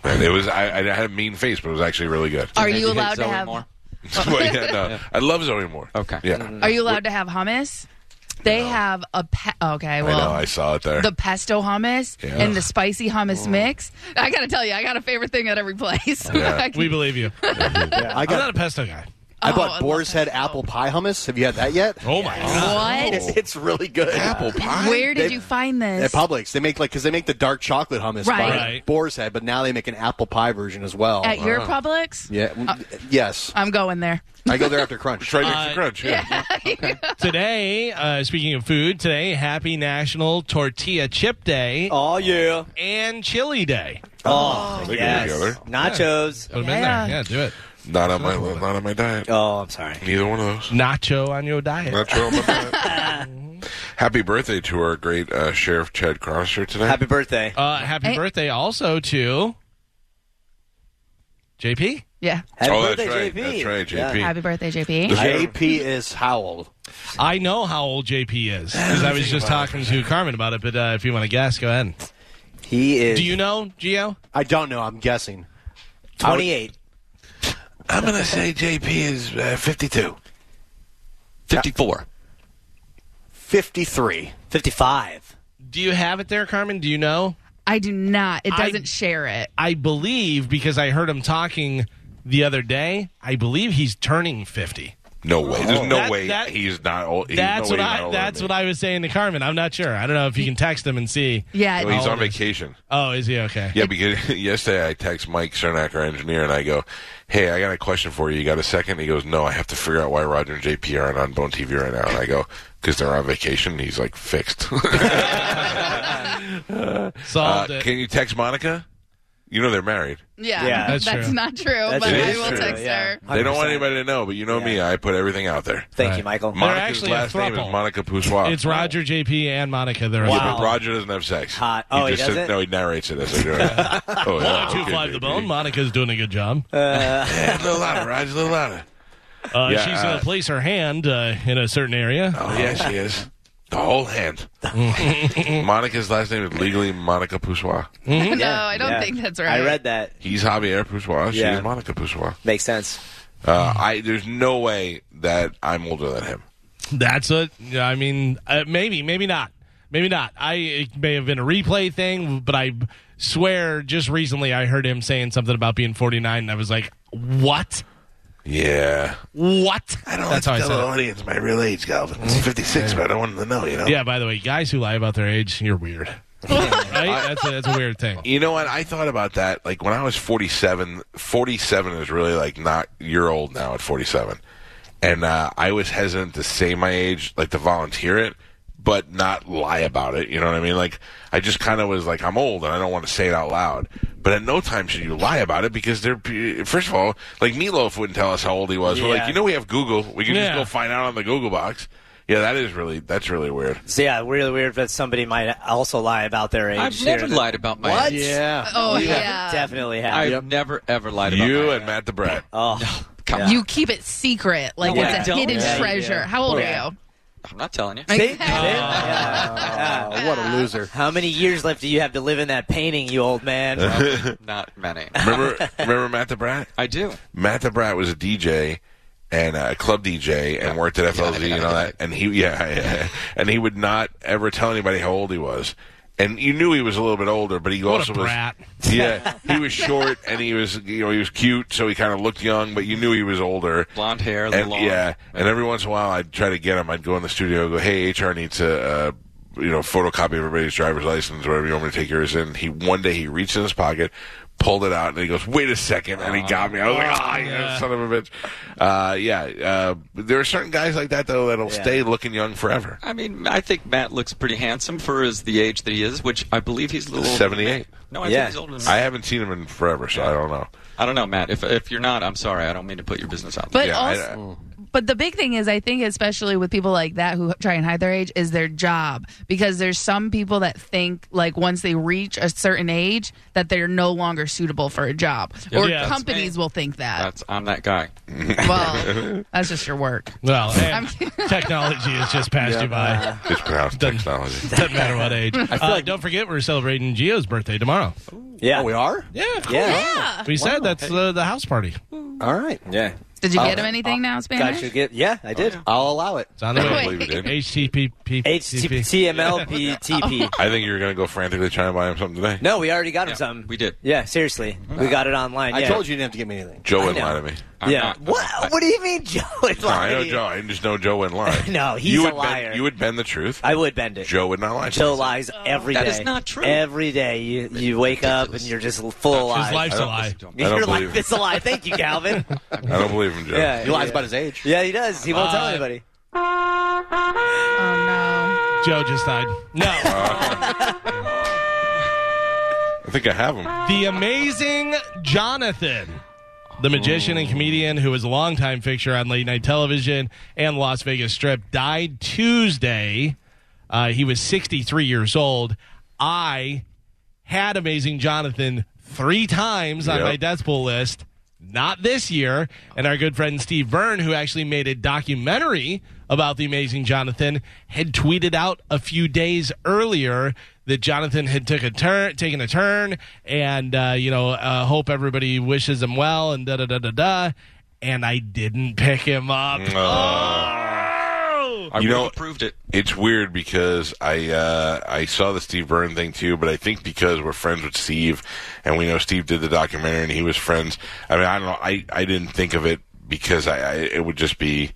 [SPEAKER 3] man, it was I, I had a mean face, but it was actually really good.
[SPEAKER 6] Are
[SPEAKER 8] Did
[SPEAKER 6] you
[SPEAKER 8] hate
[SPEAKER 6] allowed to
[SPEAKER 8] Zoe
[SPEAKER 6] have?
[SPEAKER 8] more?
[SPEAKER 3] Well, yeah, no, I love Zoe Moore.
[SPEAKER 8] Okay.
[SPEAKER 3] yeah,
[SPEAKER 6] Are you allowed to have hummus? They have a pe- okay.
[SPEAKER 3] I
[SPEAKER 6] Well,
[SPEAKER 3] know I saw it there.
[SPEAKER 6] the pesto hummus
[SPEAKER 3] Yeah.
[SPEAKER 6] and the spicy hummus mix. I gotta tell you, I got a favorite thing at every place.
[SPEAKER 3] Yeah.
[SPEAKER 6] I can-
[SPEAKER 4] We believe you.
[SPEAKER 5] I
[SPEAKER 4] I'm
[SPEAKER 5] got.
[SPEAKER 4] not a pesto guy.
[SPEAKER 5] I
[SPEAKER 6] Oh, I
[SPEAKER 5] bought
[SPEAKER 6] love
[SPEAKER 5] Boar's Head
[SPEAKER 6] pesto.
[SPEAKER 5] apple pie hummus. Have you had that yet?
[SPEAKER 4] Oh my god.
[SPEAKER 6] what?
[SPEAKER 5] It's really good.
[SPEAKER 3] apple pie.
[SPEAKER 6] Where did
[SPEAKER 5] They-
[SPEAKER 6] you find this?
[SPEAKER 5] At Publix, they make like because they make the dark chocolate hummus
[SPEAKER 6] Right.
[SPEAKER 5] by
[SPEAKER 4] Right.
[SPEAKER 5] Boar's Head, but now they make an apple pie version as well.
[SPEAKER 6] at your Uh. Publix?
[SPEAKER 5] yeah, w- yes,
[SPEAKER 6] I'm going there.
[SPEAKER 5] I go there after crunch.
[SPEAKER 3] Try Dixie Crunch. Yeah.
[SPEAKER 4] Today, uh, speaking of food, today Happy National Tortilla Chip Day
[SPEAKER 8] Oh yeah.
[SPEAKER 4] and Chili Day.
[SPEAKER 8] Oh,
[SPEAKER 3] they go
[SPEAKER 8] yes.
[SPEAKER 3] together.
[SPEAKER 8] Nachos.
[SPEAKER 4] Put 'em in
[SPEAKER 6] Yeah.
[SPEAKER 4] there. Yeah, do it.
[SPEAKER 3] Not on my not on my diet.
[SPEAKER 8] Oh, I'm sorry.
[SPEAKER 3] Neither one of those.
[SPEAKER 4] Nacho on your diet.
[SPEAKER 3] Not sure about that. Happy birthday to our great uh, Sheriff Chad Cronister today.
[SPEAKER 8] Happy
[SPEAKER 3] Oh,
[SPEAKER 8] birthday.
[SPEAKER 4] Uh, happy
[SPEAKER 6] Hey.
[SPEAKER 4] birthday also to JP.
[SPEAKER 6] Yeah.
[SPEAKER 8] Happy
[SPEAKER 3] oh,
[SPEAKER 8] birthday,
[SPEAKER 3] that's right.
[SPEAKER 8] JP.
[SPEAKER 3] That's right, JP.
[SPEAKER 6] Happy birthday, JP.
[SPEAKER 5] JP Uh, is Howell.
[SPEAKER 4] I know how old JP is because I was just talking to Carmen about it. But uh, if you want to guess, go ahead.
[SPEAKER 8] He is
[SPEAKER 4] Do you know Gio?
[SPEAKER 5] I don't know. I'm guessing.
[SPEAKER 8] 28.
[SPEAKER 3] I'm going to say JP is uh, 52.
[SPEAKER 8] 54.
[SPEAKER 5] Fifty-three.
[SPEAKER 8] 55.
[SPEAKER 6] Oh,
[SPEAKER 4] Do you have it there, Carmen? Do you know?
[SPEAKER 6] I do not. It
[SPEAKER 4] I-
[SPEAKER 6] doesn't share it.
[SPEAKER 4] I believe because I heard him talking the other day. I believe he's turning fifty.
[SPEAKER 3] No way. There's no
[SPEAKER 4] Oh. That-
[SPEAKER 3] way
[SPEAKER 4] that-
[SPEAKER 3] he's not old. He's
[SPEAKER 4] That's
[SPEAKER 3] no
[SPEAKER 4] what
[SPEAKER 3] way he's
[SPEAKER 4] I.
[SPEAKER 3] not
[SPEAKER 4] That's what I was saying to Carmen. I'm not sure. I don't know if you can text him and see.
[SPEAKER 6] Yeah.
[SPEAKER 3] Well,
[SPEAKER 6] it-
[SPEAKER 3] he's
[SPEAKER 4] Oh,
[SPEAKER 3] on
[SPEAKER 4] there's-
[SPEAKER 3] vacation.
[SPEAKER 4] Oh, is he okay?
[SPEAKER 3] Yeah, because yesterday I text Mike Cernak, our engineer, and I go, "Hey, I got a question for you. You got a second? He goes, "No, I have to figure out why Roger and JP aren't on Bone TV right now." And I go, "Because they're on vacation." He's like, "Fixed." uh,
[SPEAKER 4] Solved it.
[SPEAKER 3] can you text Monica? You know they're married.
[SPEAKER 6] yeah.
[SPEAKER 8] Yeah.
[SPEAKER 4] That's true.
[SPEAKER 6] not true,
[SPEAKER 8] That's
[SPEAKER 6] but
[SPEAKER 8] true.
[SPEAKER 6] I
[SPEAKER 3] It is
[SPEAKER 6] will
[SPEAKER 3] true,
[SPEAKER 6] text
[SPEAKER 8] yeah.
[SPEAKER 6] her.
[SPEAKER 3] They don't want anybody to know, but you know me. I put everything out there.
[SPEAKER 8] Thank
[SPEAKER 4] Right.
[SPEAKER 8] you, Michael.
[SPEAKER 3] Monica's
[SPEAKER 4] actually a
[SPEAKER 3] last name is
[SPEAKER 4] throuple.
[SPEAKER 3] Monica Poussoir.
[SPEAKER 4] It's Roger, JP, and Monica. They're
[SPEAKER 8] Wow.
[SPEAKER 3] But Roger doesn't have sex.
[SPEAKER 8] Hot. Oh, he
[SPEAKER 3] just said-
[SPEAKER 8] doesn't?
[SPEAKER 3] no, he narrates it as I do it. oh, yeah.
[SPEAKER 4] Two
[SPEAKER 3] okay,
[SPEAKER 4] five the
[SPEAKER 3] baby.
[SPEAKER 4] bone. Monica's doing a good job. Uh,
[SPEAKER 3] Yeah, a little louder, Roger, a little louder. yeah,
[SPEAKER 4] she's
[SPEAKER 3] uh,
[SPEAKER 4] gonna place her hand uh, in a certain area.
[SPEAKER 3] Oh, yeah, she is. The whole hand. Monica's last name is legally Monica Poussoir.
[SPEAKER 6] No, I don't think that's right.
[SPEAKER 8] I read that.
[SPEAKER 3] He's Javier Poussoir. She
[SPEAKER 8] Yeah.
[SPEAKER 3] is Monica Poussoir.
[SPEAKER 8] Makes sense.
[SPEAKER 3] Uh, I, there's no way that I'm older than him.
[SPEAKER 4] That's it. Yeah, I mean, uh, maybe, maybe not. Maybe not. I it may have been a replay thing, but I swear just recently I heard him saying something about being 49 and I was like, "What?
[SPEAKER 3] Yeah.
[SPEAKER 4] What?"
[SPEAKER 3] I don't
[SPEAKER 4] That's how I
[SPEAKER 3] like to
[SPEAKER 4] said
[SPEAKER 3] tell the
[SPEAKER 4] it.
[SPEAKER 3] audience my real age, Calvin. I'm 56, but I don't want them to know, you know?
[SPEAKER 4] Yeah, by the way, guys who lie about their age, you're weird. right? That's a, that's a weird thing.
[SPEAKER 3] You know what? I thought about that. Like when I was 47, 47 is really like not you're old now at 47. And uh, I was hesitant to say my age, like to volunteer it, but not lie about it. You know what I mean? Like I just kind of was like, I'm old and I don't want to say it out loud. But at no time should you lie about it because they're, first of all, like Meatloaf wouldn't tell us how old he was. We're like,
[SPEAKER 8] Yeah.
[SPEAKER 3] you know, we have Google. We can
[SPEAKER 4] Yeah.
[SPEAKER 3] just go find out on the Google box. Yeah, that is really, that's really weird.
[SPEAKER 8] So, yeah, really weird that somebody might also lie about their age.
[SPEAKER 1] I've
[SPEAKER 8] here.
[SPEAKER 1] never lied about my
[SPEAKER 8] What?
[SPEAKER 1] age.
[SPEAKER 5] Yeah.
[SPEAKER 6] Oh
[SPEAKER 8] You
[SPEAKER 6] yeah.
[SPEAKER 8] Definitely
[SPEAKER 1] I've
[SPEAKER 8] have.
[SPEAKER 1] never ever lied about
[SPEAKER 3] You
[SPEAKER 1] my
[SPEAKER 3] and Matt the Brat.
[SPEAKER 8] Oh,
[SPEAKER 1] Come
[SPEAKER 8] yeah.
[SPEAKER 1] on.
[SPEAKER 6] You keep it secret, like
[SPEAKER 1] No, I
[SPEAKER 6] it's a
[SPEAKER 1] don't.
[SPEAKER 6] hidden
[SPEAKER 1] Yeah,
[SPEAKER 6] treasure.
[SPEAKER 8] yeah.
[SPEAKER 6] How old
[SPEAKER 8] Yeah.
[SPEAKER 6] are you?
[SPEAKER 1] I'm not telling you.
[SPEAKER 8] See? Yeah.
[SPEAKER 5] Oh,
[SPEAKER 6] Uh,
[SPEAKER 5] what a loser.
[SPEAKER 8] How many years left do you have to live in that painting, you old man?
[SPEAKER 1] Not many.
[SPEAKER 3] Remember, remember Matt the Brat?
[SPEAKER 1] I do.
[SPEAKER 3] Matt the Brat was a DJ and a club DJ and worked at
[SPEAKER 1] Yeah, I
[SPEAKER 3] FLZ
[SPEAKER 1] think
[SPEAKER 3] and
[SPEAKER 1] I
[SPEAKER 3] all
[SPEAKER 1] know
[SPEAKER 3] that. And he, yeah, yeah, and he would not ever tell anybody how old he was. And you knew he was a little bit older, but he
[SPEAKER 4] What
[SPEAKER 3] also
[SPEAKER 4] a brat.
[SPEAKER 3] was. Yeah, he was short and he was, you know, he was cute, so he kind of looked young, but you knew he was older.
[SPEAKER 1] Blonde hair,
[SPEAKER 3] And,
[SPEAKER 1] long.
[SPEAKER 3] yeah, and every once in a while I'd try to get him. I'd go in the studio, and go, "Hey, HR needs a, uh you know, photocopy everybody's driver's license, whatever you want me to take yours in. He one day he reached in his pocket, pulled it out, and he goes, "Wait a second. and he got me. I was like, "Ah, you son of a bitch." Uh, yeah, uh, there are certain guys like that though that'll stay looking young forever.
[SPEAKER 1] I mean, I think Matt looks pretty handsome for his the age that he is, which I believe he's a little older than me.
[SPEAKER 3] 78.
[SPEAKER 1] No, I
[SPEAKER 7] Yeah.
[SPEAKER 1] think he's older than me.
[SPEAKER 3] I haven't seen him in forever, so I don't know.
[SPEAKER 1] I don't know, Matt. If if you're not, I'm sorry. I don't mean to put your business out.
[SPEAKER 6] But
[SPEAKER 3] Yeah, I-
[SPEAKER 6] also, but the big thing is, I think, especially with people like that who try and hide their age, is their job. Because there's some people that think, like, once they reach a certain age, that they're no longer suitable for a job. or
[SPEAKER 4] Yeah.
[SPEAKER 6] companies will think that.
[SPEAKER 1] That's I'm that guy.
[SPEAKER 6] well, that's just your work.
[SPEAKER 4] Well, and technology has just passed you by.
[SPEAKER 3] It's pronounced technology.
[SPEAKER 4] Doesn't matter what age. Uh, don't forget, we're celebrating Gio's birthday tomorrow.
[SPEAKER 8] Yeah.
[SPEAKER 5] Oh, we are?
[SPEAKER 4] Yeah, of course.
[SPEAKER 8] yeah.
[SPEAKER 4] We said that's uh, the house party.
[SPEAKER 5] All right.
[SPEAKER 8] Yeah.
[SPEAKER 6] Did you get him anything now, Spanish?
[SPEAKER 8] Got you get. Yeah, I did.
[SPEAKER 5] I'll allow it.
[SPEAKER 4] It's on the way.
[SPEAKER 3] believe it, dude.
[SPEAKER 4] HTTP.
[SPEAKER 8] HTMLPTP.
[SPEAKER 3] I think you're going to go frantically try and buy him something today.
[SPEAKER 8] No, we already got him something.
[SPEAKER 1] we did.
[SPEAKER 8] Yeah, seriously. We got it online.
[SPEAKER 5] I
[SPEAKER 8] yeah.
[SPEAKER 5] told you you didn't have to give me anything.
[SPEAKER 3] Joe wouldn't
[SPEAKER 8] I know.
[SPEAKER 3] lie to me.
[SPEAKER 1] I'm
[SPEAKER 8] yeah.
[SPEAKER 1] not-
[SPEAKER 8] what? What do you mean, Joe? It's
[SPEAKER 3] No, I know
[SPEAKER 8] lying.
[SPEAKER 3] Joe. I just know Joe wouldn't lie.
[SPEAKER 8] No, he's
[SPEAKER 3] you
[SPEAKER 8] a
[SPEAKER 3] would bend-
[SPEAKER 8] liar.
[SPEAKER 3] you would bend the truth.
[SPEAKER 8] I would bend it.
[SPEAKER 3] Joe would not lie. to
[SPEAKER 8] Joe
[SPEAKER 3] us.
[SPEAKER 8] lies every day.
[SPEAKER 1] That is not true.
[SPEAKER 8] Every day, you, you wake up and you're just full of lies.
[SPEAKER 4] His life's a lie.
[SPEAKER 1] don't-
[SPEAKER 3] I
[SPEAKER 8] Your
[SPEAKER 3] don't believe
[SPEAKER 8] life
[SPEAKER 3] him.
[SPEAKER 8] is a lie. Thank you, Calvin.
[SPEAKER 3] I don't believe him, Joe.
[SPEAKER 8] yeah,
[SPEAKER 5] He lies
[SPEAKER 8] yeah.
[SPEAKER 5] about his age.
[SPEAKER 8] Yeah, he does. He won't tell
[SPEAKER 4] Uh,
[SPEAKER 8] anybody.
[SPEAKER 6] Oh,
[SPEAKER 4] Joe just died. No.
[SPEAKER 3] I think I have
[SPEAKER 8] Uh,
[SPEAKER 3] him.
[SPEAKER 4] the amazing Jonathan, the magician and comedian who was a longtime fixture on late night television and Las Vegas Strip, died Tuesday. Uh, he was 63 years old. I had Amazing Jonathan three times on
[SPEAKER 3] Yep.
[SPEAKER 4] my Death Pool list. Not this year. And our good friend Steve Byrne, who actually made a documentary about the Amazing Jonathan, had tweeted out a few days earlier that Jonathan had took a turn, taken a turn, and uh, you know, uh, hope everybody wishes him well, and da da da da da. And I didn't pick him up.
[SPEAKER 1] I
[SPEAKER 3] You
[SPEAKER 1] would
[SPEAKER 3] know-
[SPEAKER 1] have approved it.
[SPEAKER 3] Uh, It's weird because I uh, I saw the Steve Byrne thing too, but I think because we're friends with Steve, and we know Steve did the documentary, and he was friends. I mean, I don't know. I, I didn't think of it because I, I it would just be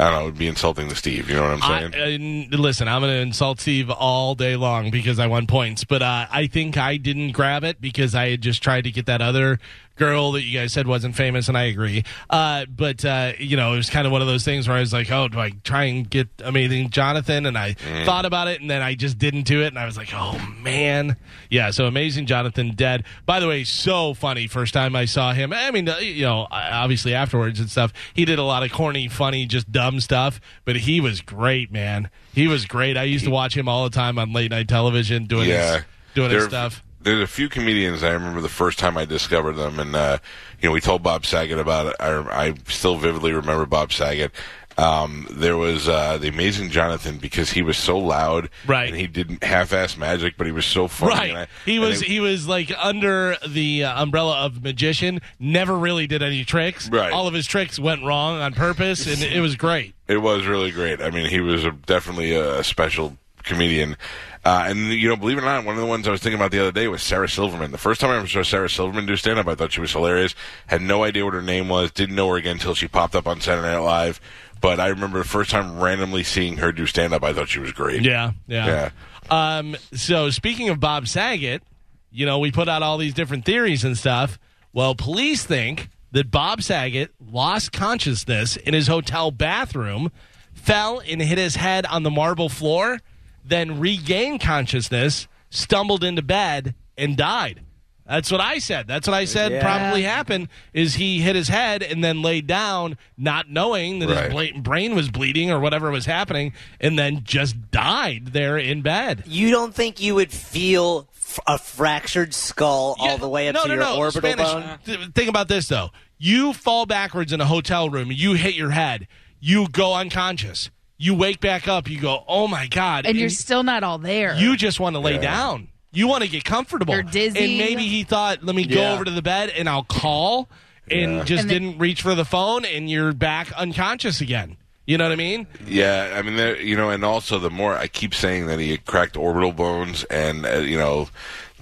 [SPEAKER 3] I don't know. It would be insulting to Steve. You know what
[SPEAKER 4] I,
[SPEAKER 3] I'm saying?
[SPEAKER 4] and listen, I'm going to insult Steve all day long because I won points, but uh, I think I didn't grab it because I had just tried to get that other girl that you guys said wasn't famous, and I agree. Uh, but uh, you know, it was kind of one of those things where I was like, "Oh, do I try and get amazing Jonathan?" And I
[SPEAKER 3] Mm.
[SPEAKER 4] thought about it, and then I just didn't do it, and I was like, "Oh man, yeah." So amazing Jonathan dead. By the way, so funny. First time I saw him. I mean, uh, you know, I- obviously afterwards and stuff. He did a lot of corny, funny, just dumb stuff, but he was great, man. He was great. I used to watch him all the time on late night television doing his doing his
[SPEAKER 3] There-
[SPEAKER 4] stuff.
[SPEAKER 3] There's a few comedians I remember the first time I discovered them, and uh, you know we told Bob Saget about it. I, I still vividly remember Bob Saget. Um, there was uh, the amazing Jonathan because he was so loud,
[SPEAKER 4] Right.
[SPEAKER 3] And he didn't half-ass magic, but he was so funny.
[SPEAKER 4] Right.
[SPEAKER 3] and I-
[SPEAKER 4] he
[SPEAKER 3] and
[SPEAKER 4] was
[SPEAKER 3] it-
[SPEAKER 4] he was like under the uh, umbrella of magician. Never really did any tricks.
[SPEAKER 3] Right.
[SPEAKER 4] All of his tricks went wrong on purpose, and it was great.
[SPEAKER 3] It was really great. I mean, he was a, definitely a special comedian. Uh, and, you know, believe it or not, one of the ones I was thinking about the other day was Sarah Silverman. The first time I ever saw Sarah Silverman do stand up, I thought she was hilarious. Had no idea what her name was. Didn't know her again until she popped up on Saturday Night Live. But I remember the first time randomly seeing her do stand up, I thought she was great.
[SPEAKER 4] Yeah, yeah.
[SPEAKER 3] Yeah.
[SPEAKER 4] Um, so speaking of Bob Saget, you know, we put out all these different theories and stuff. Well, police think that Bob Saget lost consciousness in his hotel bathroom, fell and hit his head on the marble floor, then regained consciousness, stumbled into bed, and died. That's what I said. That's what I said
[SPEAKER 8] Yeah.
[SPEAKER 4] probably happened is he hit his head and then laid down, not knowing that his
[SPEAKER 3] Right.
[SPEAKER 4] bla- brain was bleeding or whatever was happening, and then just died there in bed.
[SPEAKER 8] You don't think you would feel f- a fractured skull all the way up
[SPEAKER 4] no,
[SPEAKER 8] to
[SPEAKER 4] no,
[SPEAKER 8] your
[SPEAKER 4] no.
[SPEAKER 8] orbital
[SPEAKER 4] Spanish,
[SPEAKER 8] bone?
[SPEAKER 4] th- think about this though: you fall backwards in a hotel room, you hit your head, you go unconscious, you wake back up, you go, "Oh my god!"
[SPEAKER 6] no. And you're still not all there.
[SPEAKER 4] You just want to lay down. You want to get comfortable.
[SPEAKER 6] You're dizzy.
[SPEAKER 4] And maybe he thought, let me go
[SPEAKER 5] Yeah.
[SPEAKER 4] over to the bed and I'll call and just
[SPEAKER 6] And then-
[SPEAKER 4] didn't reach for the phone and you're back unconscious again. You know what I mean?
[SPEAKER 3] Yeah, I mean, there, you know, and also the more I keep saying that he cracked orbital bones, and uh, you know,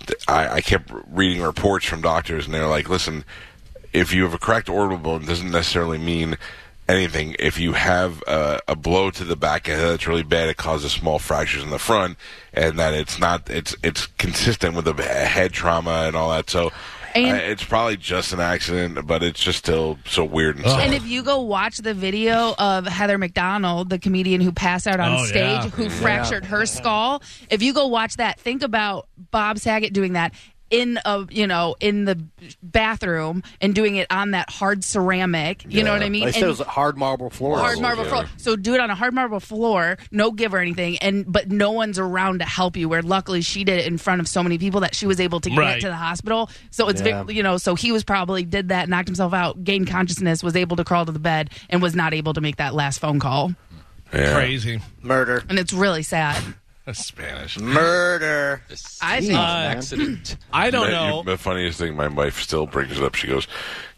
[SPEAKER 3] th- I, I kept reading reports from doctors, and they're like, "Listen, if you have a cracked orbital bone, it doesn't necessarily mean anything, if you have a, a blow to the back of the head that's really bad, it causes small fractures in the front, and that it's not it's it's consistent with a, b- a head trauma and all that. So.
[SPEAKER 6] And-
[SPEAKER 3] uh, it's probably just an accident, but it's just still so weird and sad.
[SPEAKER 6] And if you go watch the video of Heather McDonald, the comedian who passed out on
[SPEAKER 4] Oh,
[SPEAKER 6] stage,
[SPEAKER 4] yeah.
[SPEAKER 6] who fractured her skull, if you go watch that, think about Bob Saget doing that in a you know in the bathroom and doing it on that hard ceramic. You know what I mean?
[SPEAKER 5] They said it
[SPEAKER 6] And-
[SPEAKER 5] was hard marble floor.
[SPEAKER 6] hard marble floor. So do it on a hard marble floor, no give or anything, and but no one's around to help you. Where luckily she did it in front of so many people that she was able to
[SPEAKER 4] Right.
[SPEAKER 6] get to the hospital. So it's
[SPEAKER 5] Yeah.
[SPEAKER 6] vic you know, so he was probably did that, knocked himself out, gained consciousness, was able to crawl to the bed, and was not able to make that last phone call.
[SPEAKER 3] Yeah.
[SPEAKER 4] Crazy.
[SPEAKER 8] Murder.
[SPEAKER 6] And it's really sad.
[SPEAKER 4] Spanish.
[SPEAKER 8] Murder.
[SPEAKER 1] This
[SPEAKER 6] I think
[SPEAKER 1] accident.
[SPEAKER 4] I don't
[SPEAKER 3] Matt,
[SPEAKER 4] know.
[SPEAKER 3] you- The funniest thing, my wife still brings it up. She goes,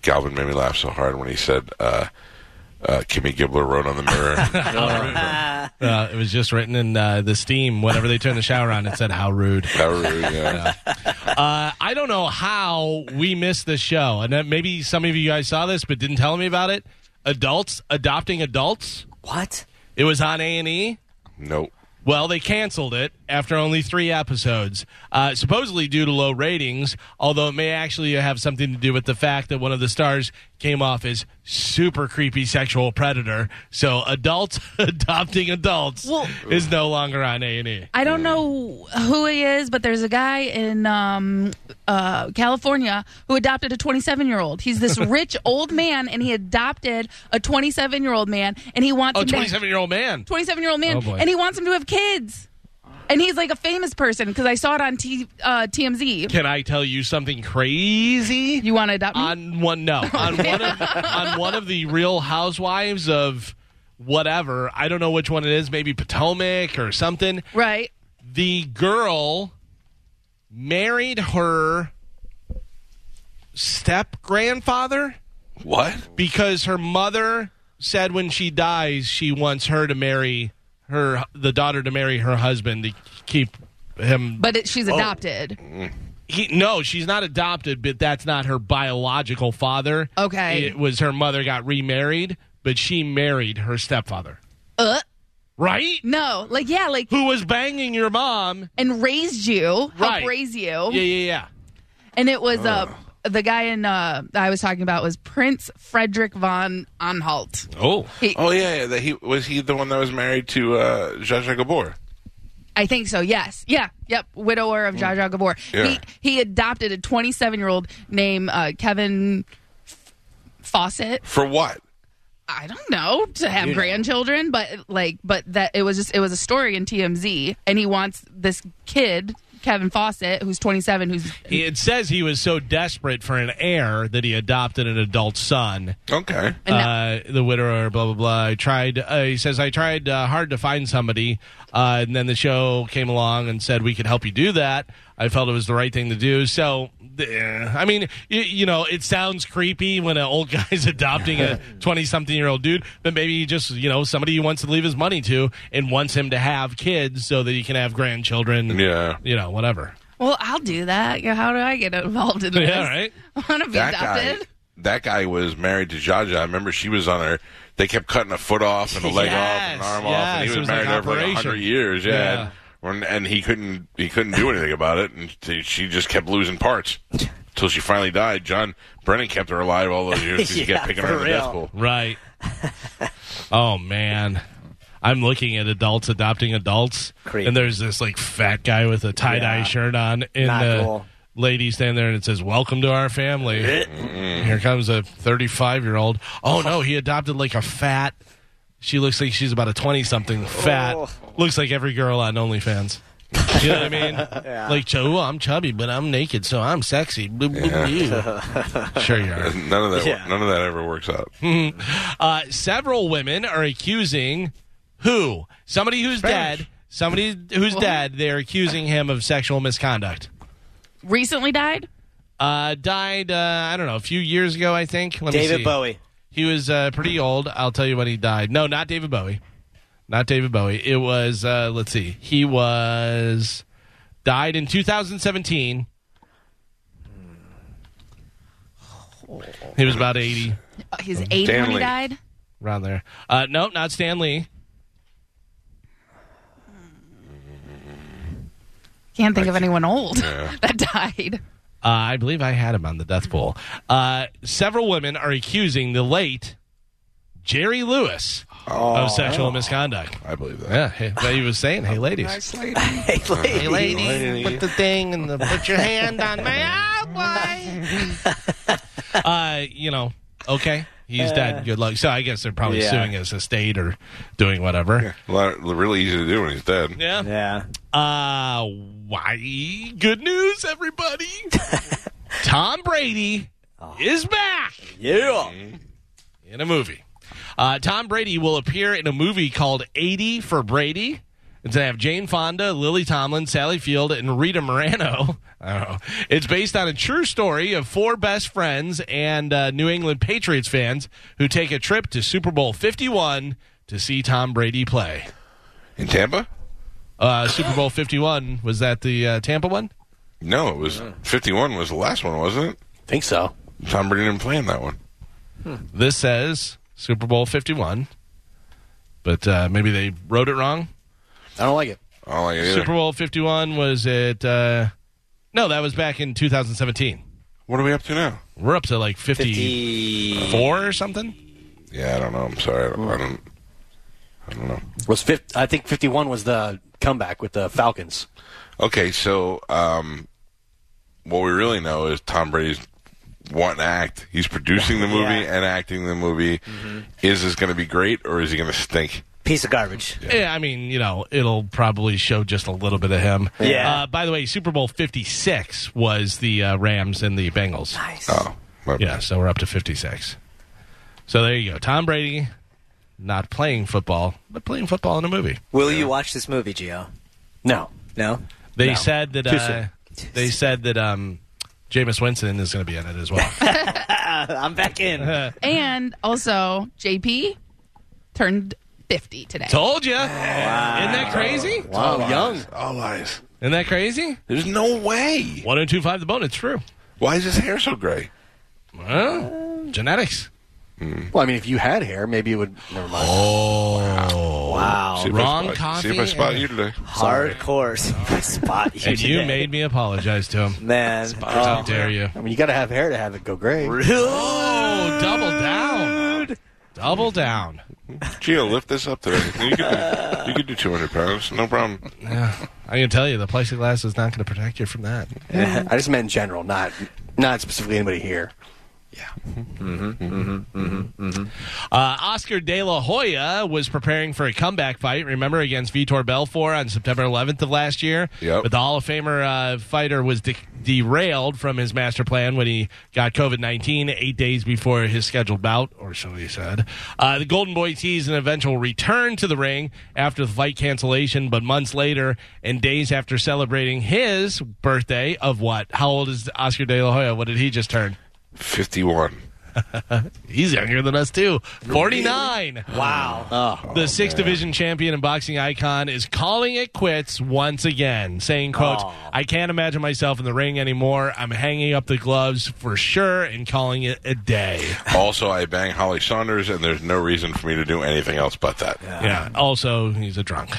[SPEAKER 3] "Galvin made me laugh so hard when he said uh, uh, Kimmy Gibbler wrote on the mirror."
[SPEAKER 4] Uh, it was just written in uh, the steam. Whenever they turned the shower on, it said, How rude.
[SPEAKER 3] That was, yeah.
[SPEAKER 4] Uh, I don't know how we missed this show. And then maybe some of you guys saw this but didn't tell me about it. Adults adopting adults.
[SPEAKER 8] What?
[SPEAKER 4] It was on E. A&E.
[SPEAKER 3] Nope.
[SPEAKER 4] Well, they canceled it after only three episodes, uh, supposedly due to low ratings, although it may actually have something to do with the fact that one of the stars came off as super creepy sexual predator. So adults adopting adults
[SPEAKER 6] Well-
[SPEAKER 4] is no longer on E. A&E.
[SPEAKER 6] I don't know who he is, but there's a guy in um, uh, California who adopted a 27 year old. He's this rich old man, and he adopted a 27 year old man, and he wants
[SPEAKER 4] Oh,
[SPEAKER 6] him to
[SPEAKER 4] 27-year-old man.
[SPEAKER 6] 27 year old man,
[SPEAKER 4] Oh, boy.
[SPEAKER 6] and he wants him to have kids. And he's like a famous person because I saw it on T, uh, TMZ.
[SPEAKER 4] Can I tell you something crazy?
[SPEAKER 6] You want to adopt me?
[SPEAKER 4] on one no on one of on one of the Real Housewives of whatever I don't know which one it is maybe Potomac or something
[SPEAKER 6] right.
[SPEAKER 4] the girl married her step grandfather
[SPEAKER 3] What?
[SPEAKER 4] because her mother said when she dies she wants her to marry her the daughter to marry her husband to keep him
[SPEAKER 6] But it, she's adopted.
[SPEAKER 4] he, no, she's not adopted, but that's not her biological father.
[SPEAKER 6] Okay.
[SPEAKER 4] It was her mother got remarried, but she married her stepfather.
[SPEAKER 6] Uh,
[SPEAKER 4] Right?
[SPEAKER 6] no. Like, yeah, like,
[SPEAKER 4] Who was banging your mom.
[SPEAKER 6] and raised you,
[SPEAKER 4] Right.
[SPEAKER 6] helped raise you.
[SPEAKER 4] Yeah, yeah, yeah.
[SPEAKER 6] And it was uh, the guy in uh, that I was talking about was Prince Frederick von Anhalt.
[SPEAKER 4] Oh.
[SPEAKER 6] He,
[SPEAKER 3] Oh yeah, yeah. That he was he the one that was married to uh, Zsa Zsa Gabor.
[SPEAKER 6] I think so. Yes. Yeah. Yep. Widower of
[SPEAKER 4] Mm.
[SPEAKER 6] Zsa Zsa Gabor.
[SPEAKER 3] Yeah.
[SPEAKER 6] He he adopted a 27 year old named uh, Kevin F- Fawcett.
[SPEAKER 3] For what?
[SPEAKER 6] I don't know to have grandchildren, but like, but that it was just it was a story in TMZ, and he wants this kid Kevin Fawcett, who's 27, who's
[SPEAKER 4] It says he was so desperate for an heir that he adopted an adult son.
[SPEAKER 3] Okay.
[SPEAKER 6] and now-
[SPEAKER 4] uh, the widower, blah blah blah. I tried. Uh, he says I tried uh, hard to find somebody, uh, and then the show came along and said we could help you do that. I felt it was the right thing to do. So, th- eh. I mean, you, you know, it sounds creepy when an old guy's adopting a twenty-something-year-old dude, but maybe he just, you know, somebody he wants to leave his money to and wants him to have kids so that he can have grandchildren. and,
[SPEAKER 3] Yeah.
[SPEAKER 4] you know, whatever.
[SPEAKER 6] well, I'll do that. Yeah, How do I get involved in this?
[SPEAKER 4] Yeah, right.
[SPEAKER 6] I want to be
[SPEAKER 3] That
[SPEAKER 6] adopted.
[SPEAKER 3] guy. That guy was married to Zsa Zsa. I remember she was on her. They kept cutting a foot off and a leg off and an
[SPEAKER 4] Yes,
[SPEAKER 3] arm off, and
[SPEAKER 4] yes,
[SPEAKER 3] he was,
[SPEAKER 4] it was
[SPEAKER 3] married
[SPEAKER 4] like
[SPEAKER 3] over like
[SPEAKER 4] operation.
[SPEAKER 3] hundred years. Yeah.
[SPEAKER 4] Yeah.
[SPEAKER 3] And- And, and he couldn't he couldn't do anything about it, and she- she just kept losing parts until she finally died. John Brennan kept her alive all those years because he
[SPEAKER 8] Yeah,
[SPEAKER 3] kept picking her
[SPEAKER 8] for
[SPEAKER 3] in the death
[SPEAKER 8] real.
[SPEAKER 3] pool.
[SPEAKER 4] Right. oh man. I'm looking at adults adopting adults,
[SPEAKER 8] Creep.
[SPEAKER 4] and there's this like fat guy with a tie dye
[SPEAKER 8] Yeah.
[SPEAKER 4] shirt on, and
[SPEAKER 8] Not
[SPEAKER 4] the
[SPEAKER 8] cool.
[SPEAKER 4] lady standing there, and it says, "Welcome to our family." Here comes a 35 year old. Oh no, he adopted like a fat. She looks like she's about a 20 something fat.
[SPEAKER 8] Oh.
[SPEAKER 4] Looks like every girl on OnlyFans. you know what I mean? Like, "Ch- oh, I'm chubby, but I'm naked, so I'm sexy. Blah, blah, blah. sure you are.
[SPEAKER 3] None of that
[SPEAKER 8] Yeah.
[SPEAKER 3] none of that ever works out.
[SPEAKER 4] Uh, several women are accusing who? Somebody who's dead. Somebody who's dead. They're accusing him of sexual misconduct.
[SPEAKER 6] Recently died.
[SPEAKER 4] Uh, died, uh, I don't know, a few years ago, I think. Let me
[SPEAKER 8] David
[SPEAKER 4] see.
[SPEAKER 8] Bowie.
[SPEAKER 4] He was uh, pretty old. I'll tell you when he died. No, not David Bowie. Not David Bowie. It was, uh, let's see. He was, died in 2017. He was about 80.
[SPEAKER 6] He's eight when he Uh,
[SPEAKER 3] Stanley.
[SPEAKER 6] died.
[SPEAKER 4] around there. Uh, no, not Stan Lee.
[SPEAKER 6] Can't think of anyone old that died.
[SPEAKER 4] Uh, I believe I had him on the death pool. Uh, several women are accusing the late Jerry Lewis of sexual misconduct.
[SPEAKER 3] I believe that.
[SPEAKER 4] Yeah, hey, but he was saying, "Hey, ladies,
[SPEAKER 8] Hey, lady.
[SPEAKER 4] hey, lady, put the thing and the, put your hand on my boy." uh, you know, okay, he's dead. Good luck. So I guess they're probably
[SPEAKER 8] Yeah.
[SPEAKER 4] suing his estate or doing whatever.
[SPEAKER 3] A lot- really easy to do when he's dead.
[SPEAKER 4] Yeah.
[SPEAKER 8] Yeah.
[SPEAKER 4] Uh, why? Good news, everybody. Tom Brady is back.
[SPEAKER 8] Yeah.
[SPEAKER 4] in a movie. Uh, Tom Brady will appear in a movie called 80 for Brady. It's going to have Jane Fonda, Lily Tomlin, Sally Field, and Rita Morano. I don't know. It's based on a true story of four best friends and uh, New England Patriots fans who take a trip to Super Bowl 51 to see Tom Brady play.
[SPEAKER 3] In Tampa?
[SPEAKER 4] Uh, Super Bowl 51, was that the uh, Tampa one?
[SPEAKER 3] No, it was 51 was the last one, wasn't it?
[SPEAKER 5] think so.
[SPEAKER 3] Tom Brady didn't play in that one.
[SPEAKER 4] This says Super Bowl 51, but uh, maybe they wrote it wrong.
[SPEAKER 5] I don't like it.
[SPEAKER 3] I don't like it either.
[SPEAKER 4] Super Bowl 51 was it uh No, that was back in 2017.
[SPEAKER 3] what are we up to now?
[SPEAKER 4] We're up to like 54 or something.
[SPEAKER 3] Yeah, I don't know. I'm sorry. I don't, I don't, I don't know.
[SPEAKER 5] Was fifth? I think fifty-one was the comeback with the Falcons.
[SPEAKER 3] Okay, so um, what we really know is Tom Brady's wanting to act. He's producing the movie
[SPEAKER 8] Yeah.
[SPEAKER 3] and acting the movie. Is this going to be great or is he going to stink?
[SPEAKER 8] Piece of garbage.
[SPEAKER 4] Yeah. I mean, you know, it'll probably show just a little bit of him.
[SPEAKER 8] Yeah.
[SPEAKER 4] Uh, by the way, Super Bowl 56 was the uh, Rams and the Bengals.
[SPEAKER 3] Oh, well,
[SPEAKER 4] Yeah, so we're up to 56. So there you go. Tom Brady not playing football, but playing football in a movie.
[SPEAKER 8] Will you watch this movie, Gio?
[SPEAKER 5] No,
[SPEAKER 8] No.
[SPEAKER 4] They
[SPEAKER 5] No.
[SPEAKER 4] said that
[SPEAKER 5] Too
[SPEAKER 4] uh, they said that um Jameis Winston is going to be in it as well.
[SPEAKER 8] I'm back in.
[SPEAKER 6] And also, JP turned 50 today.
[SPEAKER 4] Told you. Isn't that crazy?
[SPEAKER 5] wow, Oh, young.
[SPEAKER 3] All lies.
[SPEAKER 4] Isn't that crazy?
[SPEAKER 3] There's no way.
[SPEAKER 4] 1025 the bone, it's true.
[SPEAKER 3] Why is his hair so gray?
[SPEAKER 4] Well, genetics.
[SPEAKER 5] Well, I mean, if you had hair, maybe it would. Never mind.
[SPEAKER 4] Oh.
[SPEAKER 8] Wow.
[SPEAKER 3] See if I
[SPEAKER 4] Wrong
[SPEAKER 3] spot-
[SPEAKER 4] coffee
[SPEAKER 3] See if I spot
[SPEAKER 4] and-
[SPEAKER 3] you today.
[SPEAKER 8] Hardcore. spot you
[SPEAKER 4] And you
[SPEAKER 8] today.
[SPEAKER 4] made me apologize to him.
[SPEAKER 8] Man.
[SPEAKER 4] How
[SPEAKER 8] Oh.
[SPEAKER 4] dare you?
[SPEAKER 5] I mean, you got to have hair to have it go gray.
[SPEAKER 4] Oh, double down. Double down.
[SPEAKER 3] Gio, lift this up today. You could do, you could do 200 pounds, no problem.
[SPEAKER 4] I can tell you, the plexiglass is not going to protect you from that.
[SPEAKER 5] I just meant in general, not not specifically anybody here.
[SPEAKER 4] Uh, Oscar De La Hoya was preparing for a comeback fight, remember, against Vitor Belfort on September 11th of last year.
[SPEAKER 3] Yep.
[SPEAKER 4] But the Hall of Famer uh, fighter was de- derailed from his master plan when he got COVID 19 eight days before his scheduled bout, or so he said. Uh, the Golden Boy teased an eventual return to the ring after the fight cancellation, but months later and days after celebrating his birthday of what? How old is Oscar De La Hoya? What did he just turn?
[SPEAKER 3] 51.
[SPEAKER 4] He's younger than us, too. 49.
[SPEAKER 8] Wow.
[SPEAKER 5] Oh,
[SPEAKER 4] The sixth division champion and boxing icon is calling it quits once again, saying, quote, I can't imagine myself in the ring anymore. I'm hanging up the gloves for sure and calling it a day.
[SPEAKER 3] Also, I bang Holly Saunders, and there's no reason for me to do anything else but that.
[SPEAKER 4] yeah. Also, he's a drunk.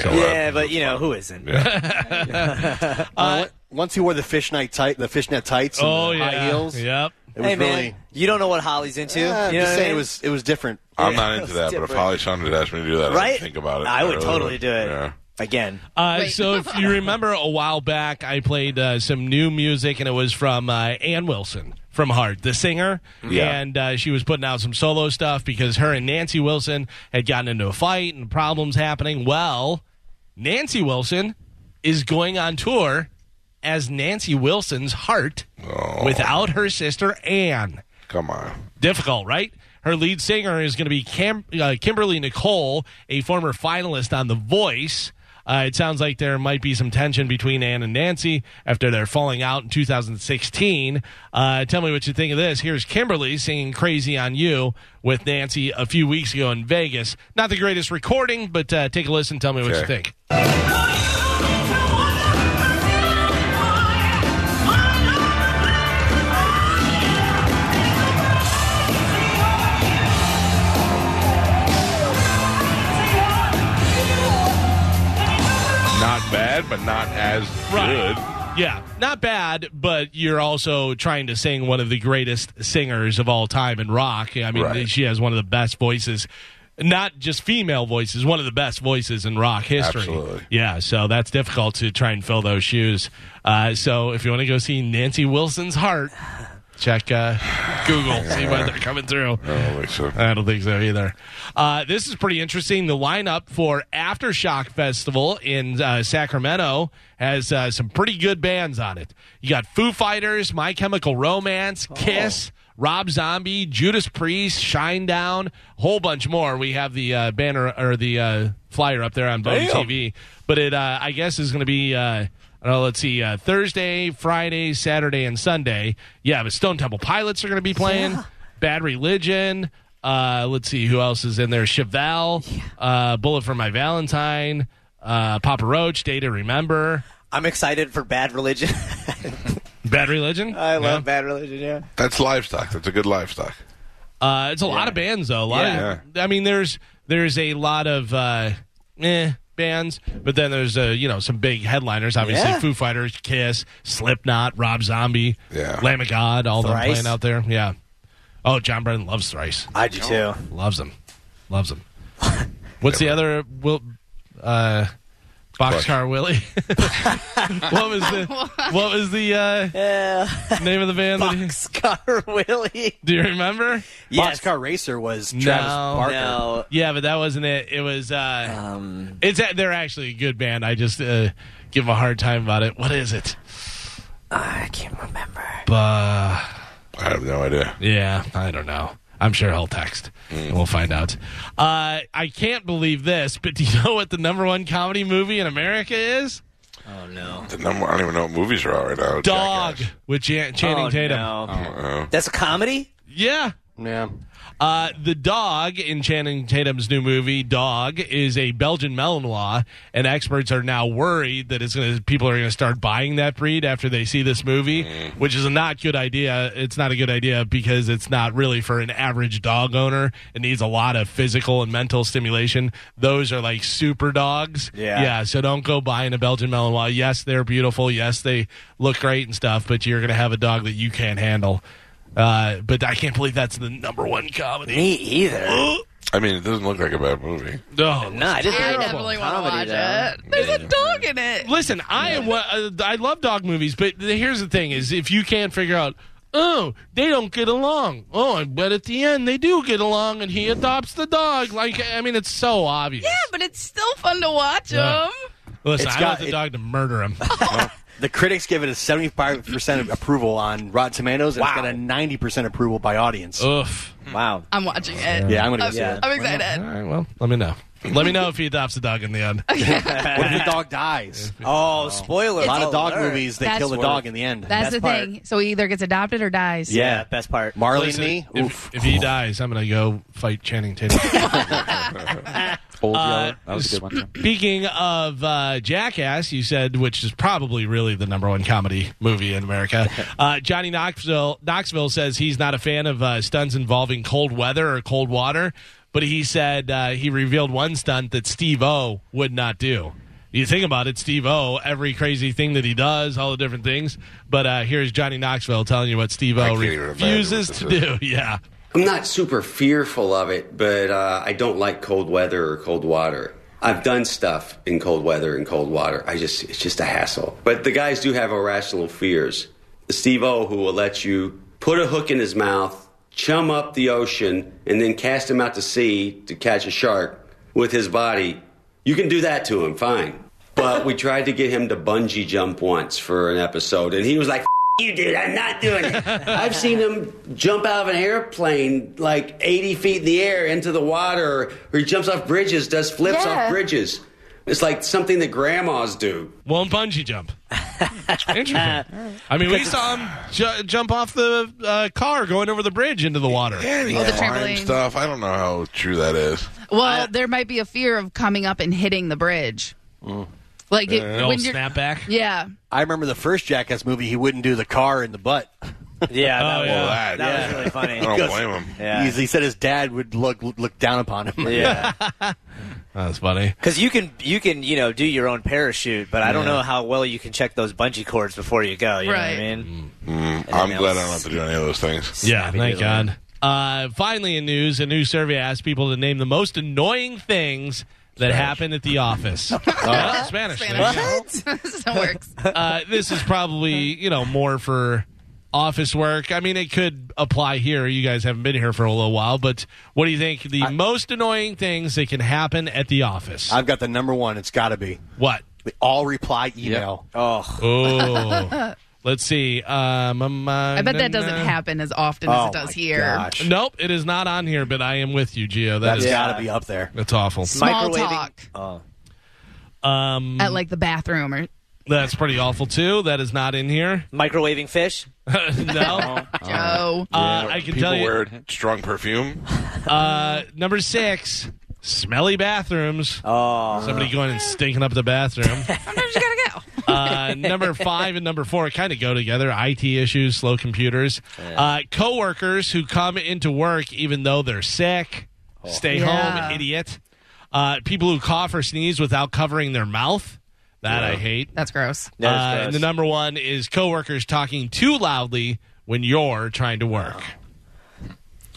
[SPEAKER 3] So, uh,
[SPEAKER 8] Yeah, but you know who isn't?
[SPEAKER 5] Uh, once he wore the fishnet tight, the fishnet tights, and
[SPEAKER 4] Oh,
[SPEAKER 5] the
[SPEAKER 4] yeah.
[SPEAKER 5] high heels.
[SPEAKER 4] Yep.
[SPEAKER 5] It was
[SPEAKER 8] Hey man,
[SPEAKER 5] really.
[SPEAKER 8] you don't know what Holly's into.
[SPEAKER 5] Yeah,
[SPEAKER 8] you know
[SPEAKER 5] just
[SPEAKER 8] what I
[SPEAKER 5] saying,
[SPEAKER 8] mean?
[SPEAKER 5] it was it was different.
[SPEAKER 3] I'm not into that, but if
[SPEAKER 8] different.
[SPEAKER 3] Holly Saunders asked me to do that, I
[SPEAKER 8] right.
[SPEAKER 3] would think about it.
[SPEAKER 8] I would
[SPEAKER 3] really
[SPEAKER 8] totally
[SPEAKER 3] would.
[SPEAKER 8] do it
[SPEAKER 3] Yeah.
[SPEAKER 8] again.
[SPEAKER 4] Uh,
[SPEAKER 6] Wait.
[SPEAKER 4] so, if you remember a while back, I played uh, some new music, and it was from uh, Ann Wilson from Heart, the singer.
[SPEAKER 3] Yeah.
[SPEAKER 4] And uh, she was putting out some solo stuff because her and Nancy Wilson had gotten into a fight and problems happening. Well, Nancy Wilson is going on tour as Nancy Wilson's Heart without her sister Ann
[SPEAKER 3] Come on.
[SPEAKER 4] difficult, right? Her lead singer is going to be Cam- uh, Kimberly Nicole, a former finalist on The Voice. Uh, it sounds like there might be some tension between Ann and Nancy after their falling out in 2016. Uh, tell me what you think of this. Here's Kimberly singing Crazy on You with Nancy a few weeks ago in Vegas. Not the greatest recording, but uh, take a listen. Tell me what you
[SPEAKER 3] Okay.
[SPEAKER 4] think.
[SPEAKER 9] Crazy on you,
[SPEAKER 3] as good.
[SPEAKER 4] Yeah, not bad, but you're also trying to sing one of the greatest singers of all time in rock. I mean,
[SPEAKER 3] Right.
[SPEAKER 4] she has one of the best voices, not just female voices, one of the best voices in rock history.
[SPEAKER 3] Absolutely.
[SPEAKER 4] Yeah, so that's difficult to try and fill those shoes. Uh, so if you want to go see Nancy Wilson's heart, check uh, Google, see when they're coming through.
[SPEAKER 3] I don't think so.
[SPEAKER 4] I don't think so either. Uh, this is pretty interesting. The lineup for Aftershock Festival in uh, Sacramento has uh, some pretty good bands on it. You got Foo Fighters, My Chemical Romance, Kiss, Rob Zombie, Judas Priest, Shinedown, a whole bunch more. We have the uh, banner or the uh, flyer up there on Bone TV, but it uh, I guess is going to be. Uh, I don't know, let's see. Uh, Thursday, Friday, Saturday, and Sunday. Yeah, the Stone Temple Pilots are going to be playing. Bad Religion. Uh, let's see who else is in there. Chevelle, uh, Bullet for My Valentine, uh, Papa Roach, Day to Remember.
[SPEAKER 8] I'm excited for Bad Religion.
[SPEAKER 4] Bad Religion.
[SPEAKER 8] I
[SPEAKER 4] Yeah.
[SPEAKER 8] love Bad Religion. Yeah.
[SPEAKER 3] That's livestock. That's a good livestock.
[SPEAKER 4] Uh, it's a lot of bands though. A lot
[SPEAKER 3] Yeah.
[SPEAKER 4] of, I mean, there's there's a lot of uh, eh, bands, but then there's uh, you know some big headliners. Obviously,
[SPEAKER 8] Yeah.
[SPEAKER 4] Foo Fighters, Kiss, Slipknot, Rob Zombie,
[SPEAKER 3] Yeah.
[SPEAKER 4] Lamb of God, all them
[SPEAKER 8] Thrice.
[SPEAKER 4] playing out there. Yeah. Oh, John Brennan loves Thrice.
[SPEAKER 8] I do too.
[SPEAKER 4] Loves him. Loves him. What's the other will uh Boxcar Willie? what was the what was the uh,
[SPEAKER 8] Yeah.
[SPEAKER 4] name of the band? that he-
[SPEAKER 8] Boxcar Willie.
[SPEAKER 4] do you remember?
[SPEAKER 8] Yes.
[SPEAKER 5] Boxcar Racer was Travis
[SPEAKER 4] No,
[SPEAKER 5] Barker.
[SPEAKER 8] No.
[SPEAKER 4] Yeah, but that wasn't it. It was uh
[SPEAKER 8] Um,
[SPEAKER 4] it's a- they're actually a good band. I just uh, give them a hard time about it. What is it?
[SPEAKER 8] I can't remember.
[SPEAKER 4] Bah.
[SPEAKER 3] I have no idea.
[SPEAKER 4] Yeah, I don't know. I'm sure he'll text. and We'll find out. Uh, I can't believe this, but do you know what the number one comedy movie in America
[SPEAKER 8] Oh,
[SPEAKER 4] is?
[SPEAKER 3] The number, I don't even know what movies are out right now.
[SPEAKER 4] Dog
[SPEAKER 3] Jackass.
[SPEAKER 4] with Jan- Channing
[SPEAKER 8] Oh,
[SPEAKER 4] Tatum.
[SPEAKER 8] no.
[SPEAKER 3] Uh,
[SPEAKER 8] That's a comedy?
[SPEAKER 4] Yeah.
[SPEAKER 5] Yeah.
[SPEAKER 4] Uh, the dog in Channing Tatum's new movie, Dog, is a Belgian Malinois, and experts are now worried that it's gonna, people are going to start buying that breed after they see this movie, which is a not good idea. It's not a good idea because it's not really for an average dog owner. It needs a lot of physical and mental stimulation. Those are like super dogs.
[SPEAKER 5] Yeah.
[SPEAKER 4] Yeah. So don't go buying a Belgian Malinois. Yes, they're beautiful. Yes, they look great and stuff, but you're going to have a dog that you can't handle. Uh, but I can't believe that's the number one comedy.
[SPEAKER 8] Me either. no,
[SPEAKER 3] I mean, it doesn't look like a bad movie.
[SPEAKER 4] Oh, No,
[SPEAKER 8] I didn't.
[SPEAKER 6] I
[SPEAKER 8] think-
[SPEAKER 6] definitely want to
[SPEAKER 8] Comedy,
[SPEAKER 6] watch
[SPEAKER 8] though.
[SPEAKER 6] it. There's a dog in it.
[SPEAKER 4] Listen, I am. wa- Uh, I love dog movies, but the- here's the thing: is if you can't figure out, oh, they don't get along. Oh, but at the end they do get along, and he adopts the dog. Like, I mean, it's so obvious.
[SPEAKER 6] Yeah, but it's still fun to watch
[SPEAKER 4] Yeah.
[SPEAKER 6] them.
[SPEAKER 4] Listen,
[SPEAKER 5] It's
[SPEAKER 4] I want
[SPEAKER 5] got-
[SPEAKER 4] the
[SPEAKER 5] it-
[SPEAKER 4] dog to murder him.
[SPEAKER 5] The critics give it a 75% of approval on Rotten Tomatoes, and it's got a 90% approval by audience.
[SPEAKER 4] Oof.
[SPEAKER 8] Wow.
[SPEAKER 6] I'm watching it.
[SPEAKER 5] Yeah, I'm gonna go
[SPEAKER 6] I'm,
[SPEAKER 5] see it.
[SPEAKER 6] I'm excited.
[SPEAKER 4] All right. Well, let me know. Let me know if he adopts the dog in the end.
[SPEAKER 5] What if the dog dies?
[SPEAKER 8] Oh, spoiler.
[SPEAKER 5] A lot of dog
[SPEAKER 8] alert.
[SPEAKER 5] movies, they
[SPEAKER 6] That's-
[SPEAKER 5] kill the dog in the end.
[SPEAKER 6] That's
[SPEAKER 8] Best
[SPEAKER 6] the
[SPEAKER 8] part.
[SPEAKER 6] thing. So he either gets adopted or dies.
[SPEAKER 8] Yeah, best part.
[SPEAKER 5] Marley
[SPEAKER 4] Listen,
[SPEAKER 5] and me? Oof.
[SPEAKER 4] if, if he dies, I'm gonna go fight Channing Tatum.
[SPEAKER 1] Old
[SPEAKER 4] Uh,
[SPEAKER 1] Yeller. That was a good one.
[SPEAKER 4] Speaking of uh, Jackass, you said, which is probably really the number one comedy movie in America. Uh, Johnny Knoxville Knoxville says he's not a fan of uh, stunts involving cold weather or cold water, but he said uh, he revealed one stunt that Steve O would not do. You think about it, Steve O, every crazy thing that he does, all the different things. But uh, here's Johnny Knoxville telling you what Steve
[SPEAKER 3] I
[SPEAKER 4] O
[SPEAKER 3] can't even imagine what
[SPEAKER 4] refuses to
[SPEAKER 3] this is.
[SPEAKER 4] do. Yeah.
[SPEAKER 9] I'm not super fearful of it, but uh, I don't like cold weather or cold water. I've done stuff in cold weather and cold water. I just it's just a hassle. But the guys do have irrational fears. Steve O, who will let you put a hook in his mouth, chum up the ocean, and then cast him out to sea to catch a shark with his body. You can do that to him, fine. But we tried to get him to bungee jump once for an episode, and he was like, you did. I'm not doing it. I've seen him jump out of an airplane like 80 feet in the air into the water, or he jumps off bridges, does flips
[SPEAKER 6] Yeah.
[SPEAKER 9] off bridges. It's like something that grandmas do.
[SPEAKER 4] won't bungee jump. Interesting. I mean, we saw him um, ju- jump off the uh, car going over the bridge into the water.
[SPEAKER 3] Yeah, and he
[SPEAKER 6] Oh, the
[SPEAKER 3] climbed
[SPEAKER 6] trampoline.
[SPEAKER 3] stuff. I don't know how true that is.
[SPEAKER 6] Well, there might be a fear of coming up and hitting the bridge. Like it,
[SPEAKER 4] The
[SPEAKER 6] when
[SPEAKER 4] old
[SPEAKER 6] you're,
[SPEAKER 4] Oh, snapback.
[SPEAKER 6] yeah,
[SPEAKER 5] I remember the first Jackass movie, he wouldn't do the car in the butt.
[SPEAKER 8] Yeah, that,
[SPEAKER 4] Oh,
[SPEAKER 8] was,
[SPEAKER 4] yeah.
[SPEAKER 3] Well, that,
[SPEAKER 8] that was
[SPEAKER 3] I
[SPEAKER 8] really
[SPEAKER 3] don't
[SPEAKER 8] funny.
[SPEAKER 5] Because-
[SPEAKER 3] blame him.
[SPEAKER 8] Yeah.
[SPEAKER 5] He's- He said his dad would look look down upon him.
[SPEAKER 8] Yeah.
[SPEAKER 4] That's funny.
[SPEAKER 8] Because you can you can you know do your own parachute, but I don't know how well you can check those bungee cords before you go. You
[SPEAKER 6] Right.
[SPEAKER 8] know what I mean?
[SPEAKER 3] Mm, I'm glad I don't have to do any of those things.
[SPEAKER 4] Yeah, thank
[SPEAKER 8] doodle.
[SPEAKER 4] God. Uh, finally, in news, a new survey asked people to name the most annoying things that happen at the office.
[SPEAKER 6] Oh.
[SPEAKER 4] Uh, Spanish. there you go.
[SPEAKER 6] this works.
[SPEAKER 4] Uh, this is probably you know more for office work. I mean, it could apply here. You guys haven't been here for a little while, but what do you think the most annoying things that can happen at the office?
[SPEAKER 5] I've got the number one. It's got to be
[SPEAKER 4] what?
[SPEAKER 5] the all reply email.
[SPEAKER 8] Oh,
[SPEAKER 4] Oh, let's see. Um, um,
[SPEAKER 6] I bet that doesn't happen as often as
[SPEAKER 5] Oh,
[SPEAKER 6] it does
[SPEAKER 5] my
[SPEAKER 6] here.
[SPEAKER 5] gosh.
[SPEAKER 4] Nope, it is not on here, but I am with you, Gio. That
[SPEAKER 5] That's
[SPEAKER 4] is
[SPEAKER 5] got to be up there.
[SPEAKER 4] that's awful.
[SPEAKER 6] Small
[SPEAKER 8] Microwaving-
[SPEAKER 6] talk
[SPEAKER 8] Oh.
[SPEAKER 4] Um,
[SPEAKER 6] at like the bathroom or
[SPEAKER 4] That's pretty awful too. That is not in here.
[SPEAKER 8] microwaving fish.
[SPEAKER 4] no,
[SPEAKER 6] Joe.
[SPEAKER 4] uh, I can
[SPEAKER 3] People
[SPEAKER 4] tell you.
[SPEAKER 3] wear strong perfume.
[SPEAKER 4] Uh, number six, smelly bathrooms.
[SPEAKER 8] Oh,
[SPEAKER 4] Somebody going and stinking up the bathroom.
[SPEAKER 6] Sometimes you gotta go.
[SPEAKER 4] Uh, number five and number four kind of go together. IT issues, slow computers, uh, coworkers who come into work even though they're sick.
[SPEAKER 8] Oh.
[SPEAKER 4] Stay
[SPEAKER 6] Yeah.
[SPEAKER 4] home, idiot. Uh, people who cough or sneeze without covering their mouth. That I hate.
[SPEAKER 6] That's gross.
[SPEAKER 8] That is
[SPEAKER 4] Uh,
[SPEAKER 8] gross.
[SPEAKER 4] and the number one is coworkers talking too loudly when you're trying to work.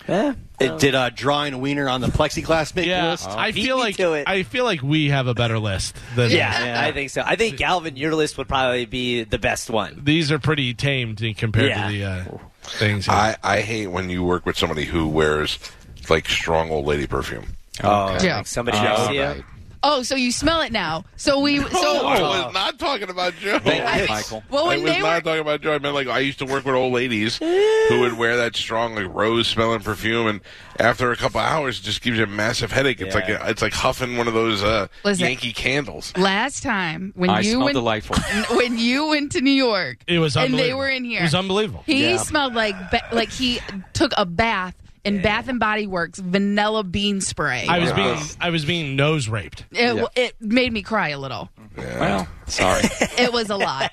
[SPEAKER 8] Eh.
[SPEAKER 5] It did uh, drawing a wiener on the plexiglass Uh, make the
[SPEAKER 4] Yeah,
[SPEAKER 5] list.
[SPEAKER 4] I
[SPEAKER 8] Beat
[SPEAKER 4] feel
[SPEAKER 8] me
[SPEAKER 4] like
[SPEAKER 8] to it.
[SPEAKER 4] I feel like we have a better list than
[SPEAKER 8] Yeah, I think so. I think Galvin, your list would probably be the best one.
[SPEAKER 4] these. Are pretty tamed in- compared
[SPEAKER 8] Yeah.
[SPEAKER 4] to the uh, things. here.
[SPEAKER 3] I, I hate when you work with somebody who wears like strong old lady perfume.
[SPEAKER 8] Oh,
[SPEAKER 6] Yeah.
[SPEAKER 8] like somebody else yeah.
[SPEAKER 6] Oh, so you smell it now. So we. So
[SPEAKER 3] I was not talking about Joe.
[SPEAKER 6] I-
[SPEAKER 5] Michael.
[SPEAKER 6] Well,
[SPEAKER 3] I
[SPEAKER 6] when
[SPEAKER 3] was
[SPEAKER 6] they
[SPEAKER 3] not
[SPEAKER 6] were
[SPEAKER 3] talking about Joe. I meant like I used to work with old ladies who would wear that strong like rose smelling perfume, and after a couple hours, it just gives you a massive headache. It's like
[SPEAKER 8] Yeah.
[SPEAKER 3] a, it's like huffing one of those uh,
[SPEAKER 6] Listen.
[SPEAKER 3] Yankee candles.
[SPEAKER 6] last time when
[SPEAKER 1] I
[SPEAKER 6] you
[SPEAKER 1] smell
[SPEAKER 6] went
[SPEAKER 1] delightful.
[SPEAKER 6] when you went to New York,
[SPEAKER 4] it was
[SPEAKER 6] and
[SPEAKER 4] unbelievable.
[SPEAKER 6] they were in here.
[SPEAKER 4] It was unbelievable.
[SPEAKER 6] He smelled like ba- like he took a bath in Bath and Body Works vanilla bean spray.
[SPEAKER 4] I was being I was being nose raped.
[SPEAKER 6] it, it made me cry a little.
[SPEAKER 1] Well, sorry.
[SPEAKER 6] It was a lot.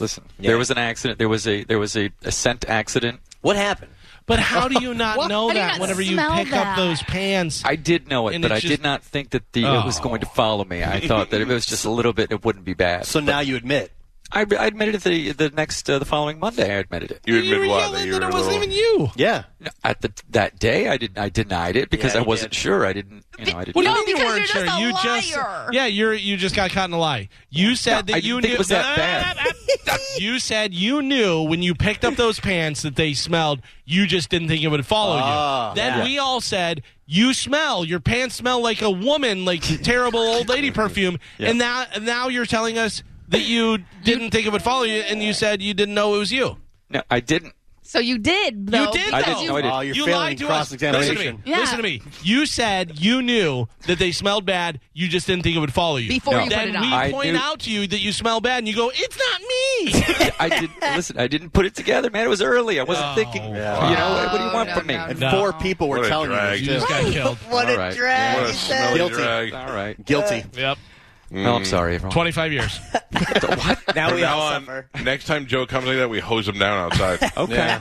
[SPEAKER 1] Listen, there was an accident. There was a there was a, a scent accident.
[SPEAKER 8] What happened?
[SPEAKER 4] But how do you not know
[SPEAKER 6] How do you
[SPEAKER 4] that
[SPEAKER 6] not
[SPEAKER 4] whenever you
[SPEAKER 6] smell
[SPEAKER 4] pick
[SPEAKER 6] that?
[SPEAKER 4] up those pans?
[SPEAKER 1] I did know it,
[SPEAKER 4] And
[SPEAKER 1] but
[SPEAKER 4] it's
[SPEAKER 1] I
[SPEAKER 4] just-
[SPEAKER 1] did not think that the it was
[SPEAKER 4] Oh.
[SPEAKER 1] going to follow me. I thought that if it was just a little bit, it wouldn't be bad.
[SPEAKER 5] So now you admit.
[SPEAKER 1] I, I admitted it the the next uh, the following Monday. I admitted it
[SPEAKER 3] You
[SPEAKER 4] you were
[SPEAKER 3] admit what?
[SPEAKER 4] yelling
[SPEAKER 3] you
[SPEAKER 4] that
[SPEAKER 3] were a
[SPEAKER 4] it wasn't
[SPEAKER 3] little-
[SPEAKER 4] even you.
[SPEAKER 5] Yeah.
[SPEAKER 1] at the that day. I did I denied it because
[SPEAKER 8] Yeah,
[SPEAKER 1] I
[SPEAKER 8] you
[SPEAKER 1] wasn't
[SPEAKER 8] did.
[SPEAKER 1] sure. I didn't. You know, I didn't.
[SPEAKER 4] What do you
[SPEAKER 6] No,
[SPEAKER 4] mean you
[SPEAKER 6] because
[SPEAKER 4] weren't
[SPEAKER 6] you're
[SPEAKER 4] sure?
[SPEAKER 6] just a
[SPEAKER 4] you just
[SPEAKER 6] liar.
[SPEAKER 4] yeah, you're you just got caught in a lie. You said
[SPEAKER 1] No,
[SPEAKER 4] that
[SPEAKER 1] I
[SPEAKER 4] you
[SPEAKER 1] didn't
[SPEAKER 4] knew
[SPEAKER 1] think it was that bad.
[SPEAKER 4] you said you knew when you picked up those pants that they smelled. You just didn't think it would follow
[SPEAKER 5] Ah,
[SPEAKER 4] you. Then we all said you smell. Your pants smell like a woman, like terrible old lady perfume. And now and now you're telling us that you didn't think it would follow you, and you said you didn't know it was you.
[SPEAKER 1] No, I didn't.
[SPEAKER 6] So you did though.
[SPEAKER 4] You did,
[SPEAKER 6] because
[SPEAKER 1] though.
[SPEAKER 6] you-
[SPEAKER 1] No, I didn't.
[SPEAKER 5] Oh, you're
[SPEAKER 4] you
[SPEAKER 5] failing
[SPEAKER 4] lied to us.
[SPEAKER 5] cross
[SPEAKER 4] Listen to me.
[SPEAKER 5] examination.
[SPEAKER 6] Yeah.
[SPEAKER 4] Listen to me. You said you knew that they smelled bad. You just didn't think it would follow you.
[SPEAKER 6] Before No. you put
[SPEAKER 4] then
[SPEAKER 6] it on.
[SPEAKER 4] we
[SPEAKER 1] I
[SPEAKER 4] point
[SPEAKER 1] knew-
[SPEAKER 4] out to you that you smell bad, and you go, "It's not me."
[SPEAKER 1] I did. Listen, I didn't put it together, man. It was early. I wasn't
[SPEAKER 4] Oh,
[SPEAKER 1] thinking.
[SPEAKER 5] yeah.
[SPEAKER 1] You know, what do you want
[SPEAKER 6] No,
[SPEAKER 1] from me?
[SPEAKER 6] no,
[SPEAKER 5] And
[SPEAKER 4] No.
[SPEAKER 5] four people were
[SPEAKER 3] What a
[SPEAKER 5] telling you
[SPEAKER 3] drag.
[SPEAKER 5] this,
[SPEAKER 4] you
[SPEAKER 5] too.
[SPEAKER 4] just got killed.
[SPEAKER 8] What
[SPEAKER 1] All right.
[SPEAKER 3] What a smelly
[SPEAKER 5] Guilty.
[SPEAKER 3] drag.
[SPEAKER 1] All right.
[SPEAKER 5] Guilty.
[SPEAKER 4] Yep.
[SPEAKER 1] Well, I'm sorry, everyone.
[SPEAKER 4] Twenty-five years.
[SPEAKER 8] Now
[SPEAKER 3] From
[SPEAKER 8] we
[SPEAKER 3] now
[SPEAKER 8] all
[SPEAKER 3] on,
[SPEAKER 8] suffer.
[SPEAKER 3] next time Joe comes like that, we hose him down outside,
[SPEAKER 1] Okay.
[SPEAKER 5] Yeah.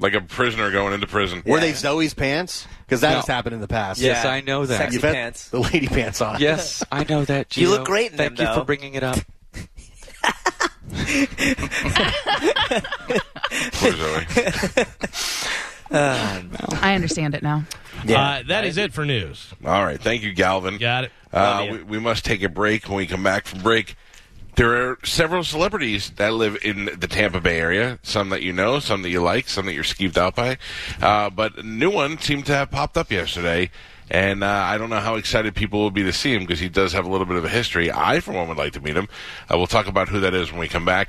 [SPEAKER 3] like a prisoner going into prison.
[SPEAKER 5] Were they Zoe's pants? Because that
[SPEAKER 1] No.
[SPEAKER 5] has happened in the past.
[SPEAKER 1] Yes, I know that.
[SPEAKER 8] Sexy
[SPEAKER 5] You've had
[SPEAKER 8] pants.
[SPEAKER 5] the lady pants on.
[SPEAKER 1] Yes, I know that.
[SPEAKER 8] You
[SPEAKER 1] Gio.
[SPEAKER 8] look great in
[SPEAKER 1] Thank
[SPEAKER 8] them,
[SPEAKER 1] you
[SPEAKER 8] though.
[SPEAKER 1] for bringing it up.
[SPEAKER 3] Poor Zoe.
[SPEAKER 6] I understand it now.
[SPEAKER 4] uh, that is it for news.
[SPEAKER 3] All right, thank you, Galvin.
[SPEAKER 4] Got it.
[SPEAKER 3] Uh, we, we must take a break. When we come back from break, there are several celebrities that live in the Tampa Bay area. Some that you know, some that you like, some that you're skeeved out by. Uh, but a new one seemed to have popped up yesterday, and uh, I don't know how excited people will be to see him because he does have a little bit of a history. I, for one, would like to meet him. Uh, we'll talk about who that is when we come back.